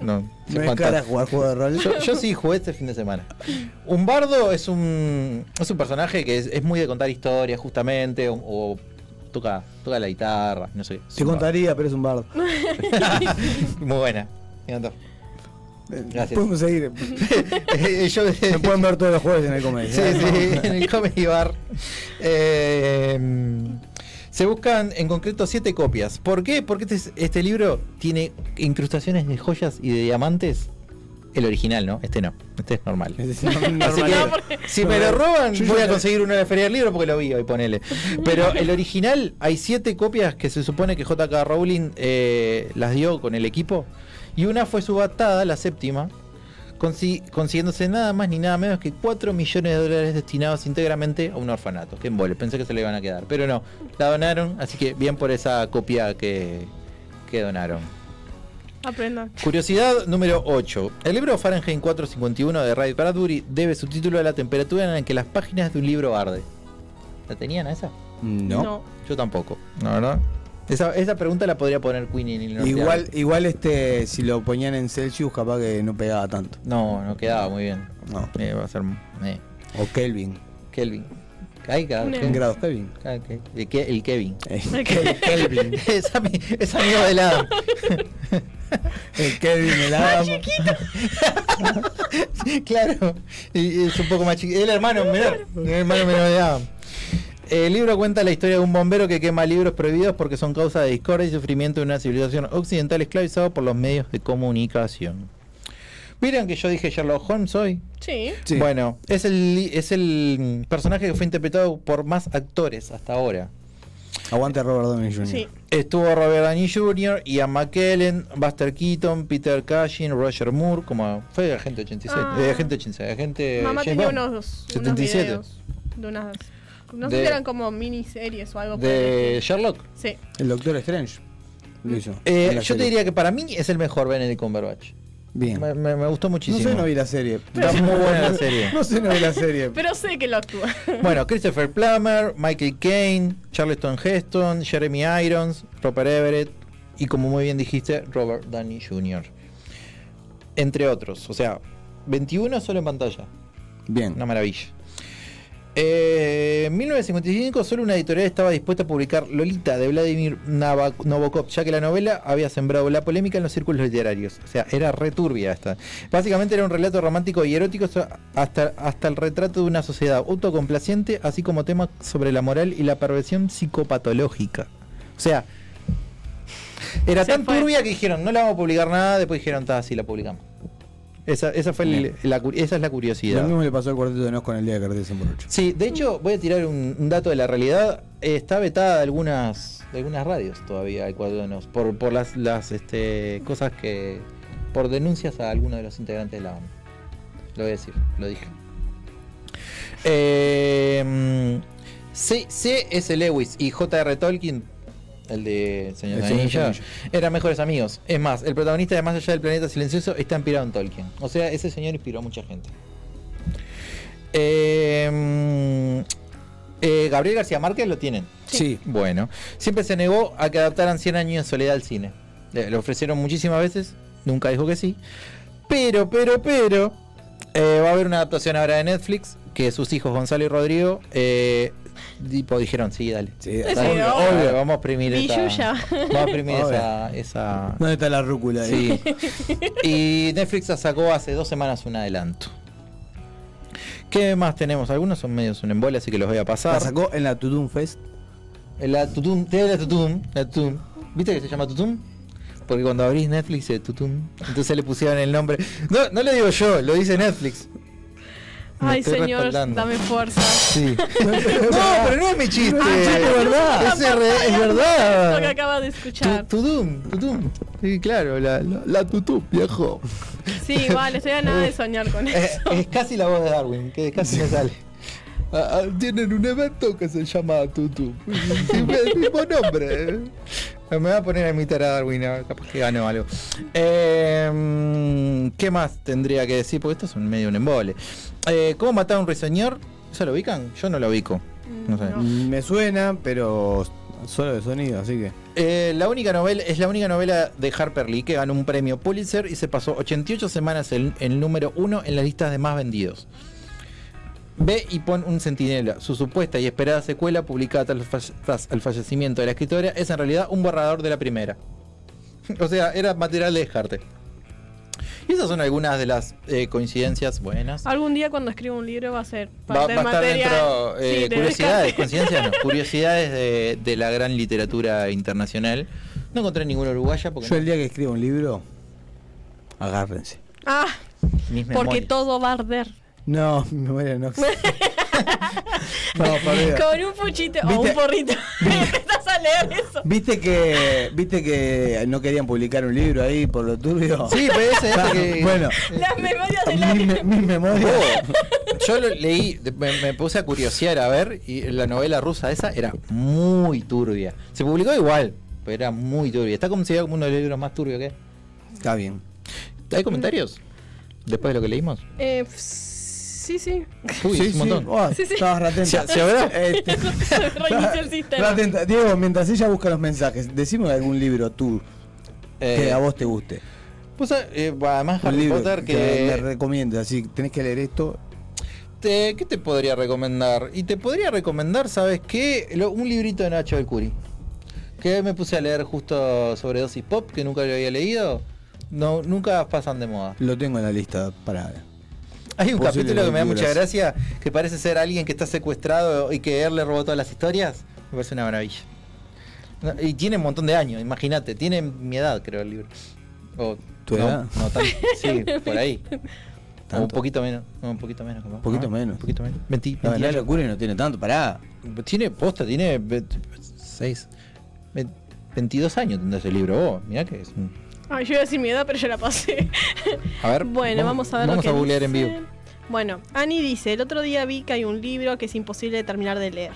No,
No es cara jugar juego de rol.
yo, yo sí jugué este fin de semana. Un bardo es un, es un personaje que es, es muy de contar historias, justamente, o, o toca, toca la guitarra, no sé. Es
Te
un bardo.
contaría, pero es un bardo.
Muy buena. Me encantó. Gracias.
Podemos seguir.
Eh, yo-
Me pueden ver todos los jueves en el comedia.
Sí, sí, en el Comedy Bar. Eh, se buscan en concreto siete copias. ¿Por qué? Porque este, este libro tiene incrustaciones de joyas y de diamantes. El original, ¿no? Este no. Este es normal.
Es normal.
Así que, si me lo roban,
Yo
voy
ya
a
lo-
conseguir uno de la Feria del Libro porque lo vi hoy, ponele. Pero el original, hay siete copias que se supone que J.K. Rowling eh, las dio con el equipo. Y una fue subastada, la séptima, consi- consiguiéndose nada más ni nada menos que 4 millones de dólares destinados íntegramente a un orfanato. Que embole, pensé que se le iban a quedar. Pero no, la donaron, así que bien por esa copia que, que donaron.
Aprendan.
Curiosidad número 8. El libro Fahrenheit 451 de Ray Bradbury debe su título a la temperatura en la que las páginas de un libro arde. ¿La tenían a esa?
No.
Yo tampoco, la verdad. Esa, esa pregunta la podría poner Queen en el norte.
Igual, igual este, si lo ponían en Celsius, capaz que no pegaba tanto.
No, no quedaba muy bien.
No.
Eh, va a ser. eh,
O Kelvin.
Kelvin. Ay, cada-
No.
En grados Kelvin.
cada- que- el, Ah, Ke- el Kevin.
Eh,
Ok.
Kel- Kelvin.
es, ami- es amigo de lado.
El Kelvin, el
Ah,
Adam.
claro, y es un poco más chiquito. El hermano menor, el hermano menor de Adam. El libro cuenta la historia de un bombero que quema libros prohibidos porque son causa de discordia y sufrimiento de una civilización occidental esclavizada por los medios de comunicación. ¿Vieron que yo dije Sherlock Holmes hoy?
Sí.
Sí.
Bueno, es el, li- es el mm, personaje que fue interpretado por más actores hasta ahora.
Aguante Robert Downey
Mm.
Jr.
Sí.
Estuvo Robert Downey Jr., Ian McKellen, Buster Keaton, Peter Cushing, Roger Moore, como fue agente 86,
Ah.
eh, agente 86, agente
Mamá
James
tenía
Bond.
unos, unos
77.
videos de unas. No sé
De-
si eran como miniseries o algo. por
de
el estilo.
Sherlock.
Sí.
El Doctor Strange. Lo hizo.
Eh,
En la
yo te
serie.
diría que para mí es el mejor Benedict Cumberbatch.
Bien.
Me, me- me gustó
No
muchísimo.
sé, no vi la serie.
Está muy buena la serie.
No sé, no vi la serie.
Pero sé que lo actúa.
Bueno, Christopher Plummer, Michael Caine, Charleston Heston, Jeremy Irons, Robert Everett y como muy bien dijiste, Robert Downey Jr. Entre otros, o sea, 21 solo en pantalla.
Bien.
Una maravilla. Eh, En 1955 solo una editorial estaba dispuesta a publicar Lolita de Vladimir Nava- Nabokov, ya que la novela había sembrado la polémica en los círculos literarios. O sea, era returbia esta. Básicamente era un relato romántico y erótico so- hasta, hasta el retrato de una sociedad autocomplaciente, así como temas sobre la moral y la perversión psicopatológica. O sea, era
Se
tan
fue.
turbia que dijeron, no la vamos a publicar nada, después dijeron, está, sí, la publicamos. Esa, esa fue el- la, cu- esa es la curiosidad.
Lo mismo le pasó al cuarteto de Nos con el día de Cartel Desemborracho.
Sí, de hecho, voy a tirar un, un dato de la realidad. Eh, está vetada de algunas, de algunas radios todavía el cuadro de Nos, por, por las, las este, cosas que. por denuncias a alguno de los integrantes de la banda. Lo voy a decir, lo dije. Eh, C, S. Lewis y J.R. Tolkien, el de Señor
El
de
Señor
Anillo,
de Anillo.
eran mejores amigos. Es más, el protagonista de Más allá del planeta silencioso está inspirado en Tolkien. O sea, ese señor inspiró a mucha gente. Eh, eh, Gabriel García Márquez lo tienen.
Sí.
Bueno, siempre se negó a que adaptaran 100 años de soledad al cine. Le, le ofrecieron muchísimas veces, nunca dijo que sí. Pero, pero, pero, eh, va a haber una adaptación ahora de Netflix que sus hijos Gonzalo y Rodrigo eh, tipo, dijeron, sí, dale.
Sí,
Dale,
sí,
obvio,
obvio.
obvio, vamos a oprimir esa,
Pilluya.
vamos a oprimir
Obvio.
esa, esa-
¿Dónde está la rúcula? ahí?
Sí. Y Netflix la sacó hace dos semanas un adelanto. ¿Qué más tenemos? Algunos son medios un embole, así que los voy a
La
pasar.
sacó en la Tudum Fest.
La tutum, te la tutum, la tutum. ¿Viste que se llama tutum? Porque cuando abrís Netflix es tutum. Entonces le pusieron el nombre. No, no lo digo yo, lo dice Netflix. Me
Ay,
estoy
señor,
respaldando.
dame fuerza.
Sí.
No, pero no es mi chiste.
Ah, sí, es verdad.
Eh, Es, re- es
Lo que
verdad.
acaba de escuchar.
Ah. Tu- Tutum, tutum. Sí, claro, la, la, la tutum, viejo.
Sí, vale, estoy a nada de soñar con
Eh,
eso.
es casi la voz de Darwin, que casi me sale. Ah, ah, tienen un evento que se llama Tutu. Siempre el mismo nombre. Me voy a poner a imitar a Darwin, a ver, capaz que ganó algo. Eh, ¿Qué más tendría que decir? Porque esto es un medio un embole. Eh, ¿Cómo matar a un ruiseñor? ¿Eso lo ubican? Yo no lo ubico. No sé.
Me suena, pero solo de sonido, así que.
Eh, la única novela es la única novela de Harper Lee que ganó un premio Pulitzer y se pasó 88 semanas en el número uno en las listas de más vendidos. Ve y pon un centinela. Su supuesta y esperada secuela, publicada tras, el falle- tras el fallecimiento de la escritora, es en realidad un borrador de la primera. o sea, era material de descarte. Y esas son algunas de las eh, coincidencias buenas.
Algún día cuando escriba un libro va a ser
Va,
parte del
va a estar
material.
dentro eh,
Sí, de
curiosidades,
descarte.
coincidencias no, curiosidades de, de la gran literatura internacional. No encontré ninguna uruguaya porque
Yo
no-
el día que escriba un libro, agárrense.
Ah,
mis
porque
memorias.
todo va a arder.
No, mi memoria no. existe. no, perdido.
Con un puchito o
¿Viste?
un porrito. Estás a leer eso.
¿Viste que, ¿Viste que no querían publicar un libro ahí por lo turbio?
Sí, pero ese, ese
Ah,
que-
Bueno,
Eh,
Las memorias de la
mi, me- mi memoria.
Oh, yo lo leí, de- me, me puse a curiosear a ver y la novela rusa esa era muy turbia. Se publicó igual, pero era muy turbia. Está considerado como uno de los libros más turbios que hay.
Está bien.
¿Hay comentarios? Después de lo que leímos.
Eh, f- sí, sí.
Uy, es
Sí,
un
sí.
montón.
Oh,
Sí, sí.
Estabas re atenta.
¿Se- se habrá?
Este,
Se reinicia el
re
sistema.
atenta. Diego, mientras ella busca los mensajes, decime algún libro tú que
Eh,
a vos te guste.
pues, eh, además,
Un
Harry
libro
Potter
que, me recomiendes, así tenés que leer esto.
Te- Este, ¿Qué te podría recomendar? Y te podría recomendar, ¿sabes qué? Lo- un librito de Nacho del Curi. Que me puse a leer justo sobre dosis pop, que nunca lo había leído. No, nunca pasan de moda.
Lo tengo en la lista para.
Hay un
Posibles
capítulo que me da
lecturas.
mucha gracia, que parece ser alguien que está secuestrado y que él le robó todas las historias. Me parece una maravilla. No, Y tiene un montón de años, imagínate. Tiene mi edad, creo, el libro. O-
¿Tu
no,
edad?
No, tan- sí, por ahí. O un
Tanto.
poquito menos. no, un poquito menos. capaz.
Poquito
Ah,
menos.
Un poquito menos. Veinti-
La
veinti
verdad,
algo.
locura no tiene tanto, pará.
Tiene posta, tiene 6. 22 años tendrá ese libro vos. Mirá que es. un-
Ay, yo iba a decir mi edad, pero ya la pasé.
A ver.
Bueno, vamos, a ver. lo
Vamos
que
a googlear en
dice.
vivo.
Bueno, Annie dice, el otro día vi que hay un libro que es imposible de terminar de leer.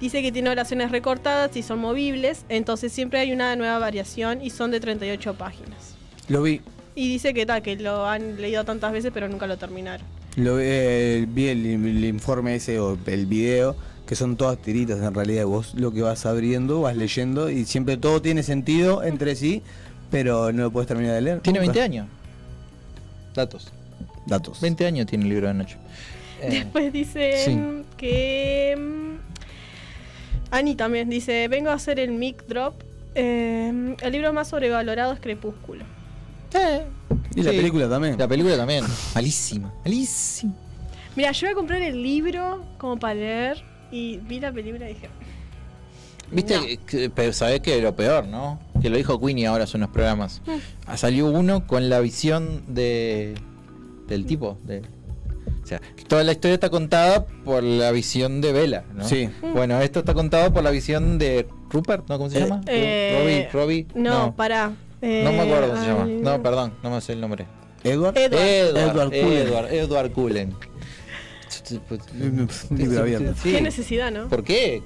Dice que tiene oraciones recortadas y son movibles, entonces siempre hay una nueva variación y son de 38 páginas.
Lo vi.
Y dice que tal, que lo han leído tantas veces pero nunca lo terminaron.
Lo, eh, vi el, el informe ese o el video, que son todas tiritas en realidad. Vos lo que vas abriendo, vas leyendo y siempre todo tiene sentido entre sí, pero no lo puedes terminar de leer.
Tiene
nunca.
20 años. Datos.
Datos.
20 años tiene el libro de Nacho. Eh,
Después dicen que... mm, Annie también dice, vengo a hacer el mic drop. eh, el libro más sobrevalorado es Crepúsculo.
eh,
Y la
sí.
película también.
La película también. Malísima. Malísima.
Mira, yo voy a comprar el libro como para leer y vi la película y dije,
Viste,
No.
que- pero sabés que lo peor, ¿no?
Mm.
Que lo dijo Queenie ahora hace unos programas. Ah, Salió uno con la visión de del tipo. de- o sea, toda la historia está contada por la visión de Vela, ¿no?
Sí.
Mm.
Bueno, esto está contado por la visión de Rupert, ¿no? ¿Cómo se
Eh,
llama?
eh,
Robbie, Robbie.
No, pará. eh,
No me acuerdo cómo se
ay,
llama. No, perdón, no me sé el nombre.
¿Edward?
Edward.
Edward Cullen.
Edward, Edward Cullen.
Libro abierto.
Sí.
Qué necesidad, ¿no?
¿Por qué?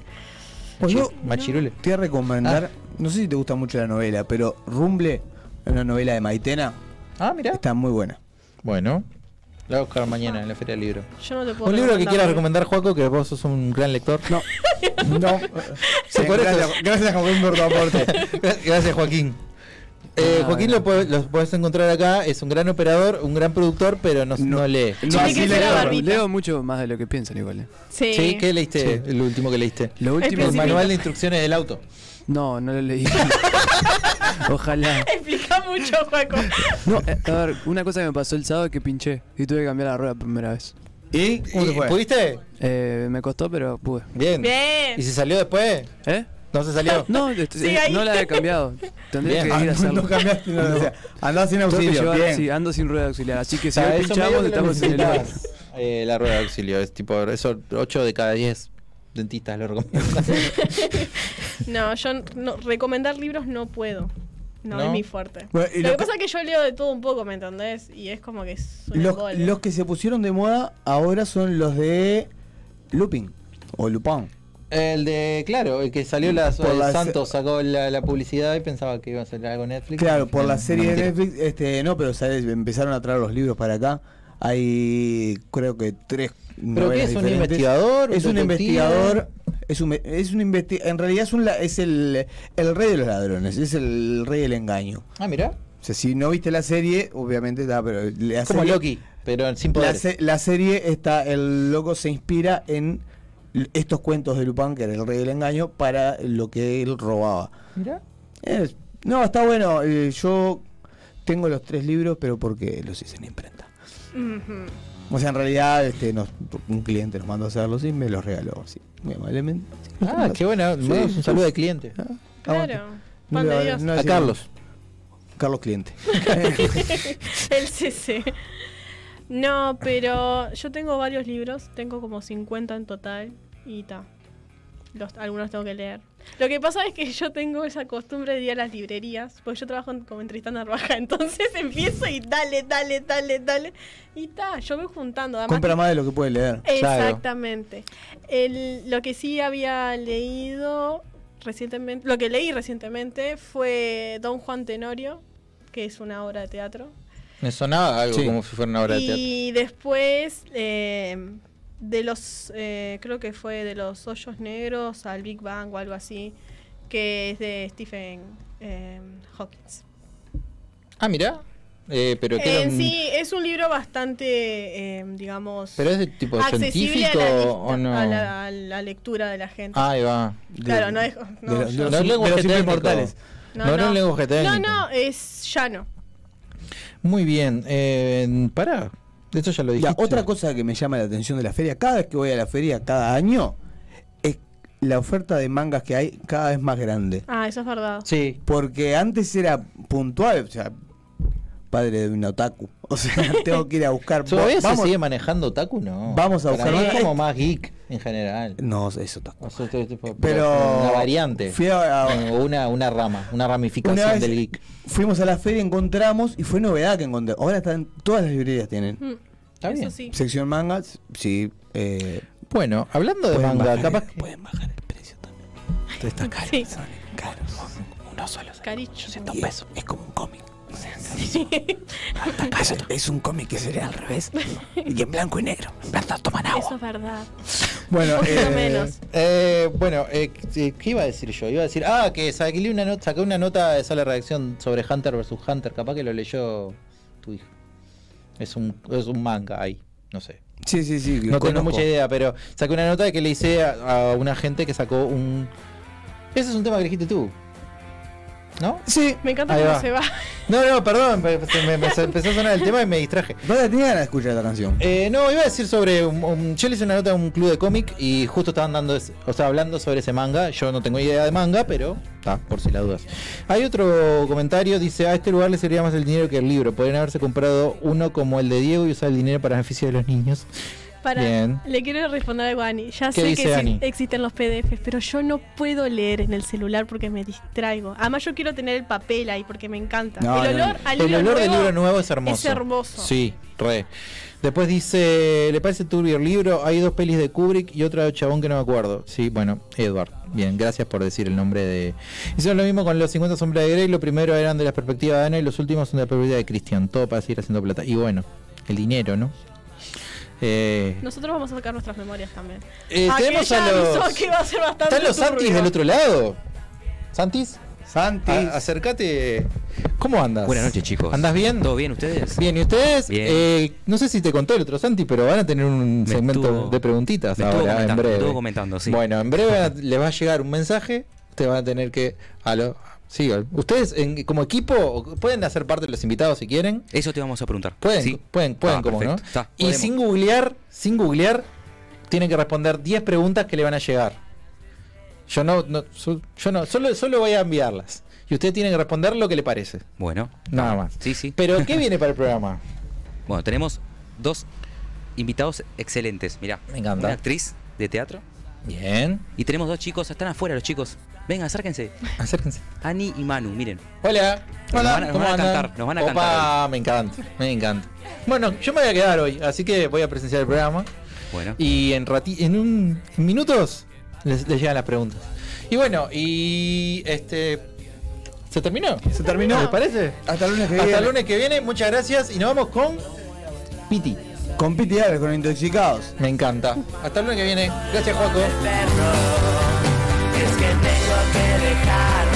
Pues yo
Machirule.
te voy a recomendar,
Ah.
no sé si te gusta mucho la novela, pero Rumble, una novela de Maitena,
Ah, mira.
está muy buena.
Bueno, la voy a buscar mañana en la Feria del Libro.
Yo no te puedo
Un libro que
recomendar
quieras
nada.
recomendar, Juaco, que vos sos un gran lector. No. No. Sí, por eso.
gracias, gracias Joaquín, por tu aporte.
Gra- Gracias, Joaquín. Eh, Joaquín lo, puede- lo puedes encontrar acá, es un gran operador, un gran productor, pero no, no lee.
No,
Tiene que ser la barbita.
leo mucho más de lo que piensan igual. eh.
Sí.
Sí, ¿qué leíste? El último que leíste.
Lo último
El
que-
Principito.
manual de instrucciones del auto.
No, no lo leí. Ojalá.
Explica mucho, Juaco.
No, eh, a ver, una cosa que me pasó el sábado es que pinché y tuve que cambiar la rueda por primera vez.
¿Y cómo te
¿Y-
fue?
¿Pudiste?
Eh, me costó, pero pude.
Bien.
Bien.
¿Y se salió después?
¿Eh?
¿No se salió?
No, este,
Sigue
eh,
ahí.
no la he cambiado. Tendría
Bien.
que
Ah,
ir a
no,
hacerlo.
no cambiaste, no, o sea, andás sin
Tengo que
auxilio.
llevar-
Bien.
sí, ando sin rueda auxiliar. Así que si
O sea,
hoy
eso medio
pinchamos,
que lo
estamos en el hoyo.
necesitabas. Eh, la rueda de auxilio, es tipo, eso 8 de cada 10 dentistas lo recomiendan.
No, yo no- recomendar libros no puedo. No,
¿No?
es mi fuerte.
Bueno, y
lo
lo-
que pasa es que yo leo de todo un poco, ¿me entendés? Y es como que es un
Los, ah,
embole.
los que se pusieron de moda ahora son los de Lupin o Lupin.
El de, claro, el que salió la,
Por
el
la se-
Santos sacó la, la publicidad y pensaba que iba a salir algo en Netflix.
Claro, por
No,
la
no,
serie de
mentira.
Netflix, este, no, pero ¿sabes? empezaron a traer los libros para acá. Hay, creo que tres.
¿Pero qué
novelas
es un
diferentes.
investigador?
Es un
detective?
investigador. Es un, es un investi- en realidad es, un, la- es el, el rey de los ladrones, es el rey del engaño.
Ah, mira.
O sea, si no viste la serie, obviamente está, pero la
Como
serie-
Loki, pero sin
La,
poderes.
se- la serie está, el loco se inspira en l- estos cuentos de Lupin, que era el rey del engaño, para lo que él robaba.
Mira.
Es- no, está bueno. eh, yo tengo los tres libros, pero porque los hice en imprenta.
Ujú.
O sea, en realidad, este, nos- un cliente nos mandó a hacerlos y me los regaló, así, muy amablemente.
Ah, qué buena.
Sí.
bueno, un saludo de cliente.
Ah, aguante.
Claro. Pan
No,
de Dios.
no,
A Carlos.
Carlos Cliente.
El CC. No, pero yo tengo varios libros. Tengo como 50 en total. Y ta. Los, algunos tengo que leer. Lo que pasa es que yo tengo esa costumbre de ir a las librerías. Porque yo trabajo en- como en Tristán Narvaja. Entonces empiezo y dale, dale, dale, dale. Y ta. Yo voy juntando. Además,
Compra más de lo que puede leer.
Claro.
Exactamente. El- lo que sí había leído recientemente, lo que leí recientemente fue Don Juan Tenorio, que es una obra de teatro.
Me sonaba algo
Sí.
como si fuera una obra de teatro.
Y después eh, de los, eh, creo que fue de los hoyos negros al Big Bang o algo así, que es de Stephen eh, Hawkins.
Ah, mira. Eh, pero que era
En
un-
sí, es un libro bastante, eh, digamos,
Pero es de tipo
accesible a
científico
la, lista-
o no. Ah,
a la- a la lectura de la gente.
Ahí va.
Claro, no es. No,
de los-
yo-
de
No es lenguaje
simples
técnico.
mortales.
No, no, es lenguaje técnico.
No, no, es llano.
Muy bien. Eh, pará. Eso ya lo
La
dijiste.
otra cosa que me llama la atención de la feria, cada vez que voy a la feria, cada año, es la oferta de mangas que hay cada vez más grande.
Ah, eso es verdad.
Sí.
Porque antes era puntual, o sea, padre de un otaku. O sea, tengo que ir a buscar.
¿Todavía se
vamos,
sigue manejando Taku? No.
Vamos a
Para
buscar
mí
más.
es como más geek en general.
No, es otaku.
O sea, este tipo-
Pero-
Una variante.
Fui a- a-
O una, una rama, una ramificación
Una vez-
del geek.
Fuimos a la feria, encontramos y fue novedad que encontré. Ahora están todas las librerías tienen.
Mm,
Está
eso
bien.
sí.
Sección mangas, sí. eh,
Bueno, hablando de
pueden
manga,
bajar-
capaz que-
pueden bajar el precio también.
Sí,
Caros. Uno solo.
caricho.
Y es, es como un cómic. Es, es un cómic que sería al revés. Y en blanco y negro. En plata toman
Eso es verdad.
Bueno,
Un poquito
eh,
menos.
Eh, bueno, eh, ¿qué qué iba a decir yo? Iba a decir, ah, que saqué una, nota, saqué una nota de sala de redacción sobre Hunter vs. Hunter. Capaz que lo leyó tu hijo. Es un, es un manga ahí, no sé.
Sí, sí, sí.
No tengo
conozco.
mucha idea, pero saqué una nota de que le hice a, a una gente que sacó un... Ese es un tema que dijiste tú. ¿No?
Sí.
Me encanta
Ahí
cómo
va.
se va.
No, no, perdón, me, me- me- se- empezó a sonar el tema y me distraje.
¿Dónde tenía ganas de escuchar esta canción?
Eh, no, iba a decir sobre. un- un- yo le hice una nota a un club de cómic y justo estaban dando. ese- o sea, hablando sobre ese manga. Yo no tengo idea de manga, pero. Está, por si la dudas. Hay otro comentario: dice, a este lugar le serviría más el dinero que el libro. Podrían haberse comprado uno como el de Diego y usar el dinero para beneficio de los niños.
Para,
Bien.
Le quiero responder algo a Ani. Ya
¿Qué
sé
dice
que sí
Ani?
existen los PDFs, pero yo no puedo leer en el celular porque me distraigo. Además, yo quiero tener el papel ahí porque me encanta.
No,
el
no,
olor al
el
libro
olor del
nuevo
libro nuevo es hermoso.
Es hermoso.
Sí, re. Después dice, ¿le parece turbio el libro? Hay dos pelis de Kubrick y otra de chabón que no me acuerdo. Sí, bueno, Edward. Bien, gracias por decir el nombre de... Hicieron lo mismo con los 50 sombras de Grey. Lo primero eran de la perspectiva de Ana y los últimos son de la perspectiva de Christian. Todo para seguir haciendo plata. Y bueno, el dinero, ¿no? Eh,
Nosotros vamos a sacar nuestras memorias también.
Eh,
Ah, que
tenemos
ella
a los-
avisó que va a ser bastante
¿Están los
turbio.
Santis del otro lado? ¿Santis?
Santis.
A- acércate. ¿Cómo andas?
Buenas noches, chicos.
¿Andás bien?
¿Todo bien ustedes?
Bien, ¿y ustedes?
Bien.
Eh, no sé si te contó el otro Santi, pero van a tener un
Me
segmento
estuvo-
de preguntitas
me estuvo
ahora, en
comentando, me
breve.
estuvo comentando, sí.
Bueno, en breve van a- les va a llegar un mensaje, ustedes van a tener que... aló, sí, al- ustedes en- como equipo o- pueden hacer parte de los invitados si quieren.
Eso te vamos a preguntar.
Pueden,
¿sí?
pueden, pueden,
Ah,
como no.
perfecto. Está,
y
podemos.
sin googlear, sin googlear, tienen que responder 10 preguntas que le van a llegar. Yo no, no, so- yo no, solo, solo voy a enviarlas. Y ustedes tienen que responder lo que le parece.
Bueno,
Nada más.
sí, sí.
Pero, ¿qué viene para el programa?
Bueno, tenemos dos invitados excelentes. Mirá,
Me encanta.
una actriz de teatro.
Bien.
Y tenemos dos chicos, están afuera los chicos. Vengan, acérquense.
Acérquense.
Ani y Manu, miren.
Hola.
Nos
Hola,
van a- nos
¿cómo
van a
andan?
cantar, nos van a
Opa,
cantar
me encanta, me encanta. Bueno, yo me voy a quedar hoy, así que voy a presenciar el programa.
Bueno.
Y en rati en un en minutos les, les llegan las preguntas. Y bueno, y este ¿se terminó? Se
terminó.
¿Les parece?
Hasta el lunes que
Hasta
viene.
el lunes que viene, muchas gracias y nos vamos con Piti.
Con Piti Aves, con Intoxicados.
Me encanta. Hasta el lunes que viene. Gracias, Juaco.
Es que tengo que dejar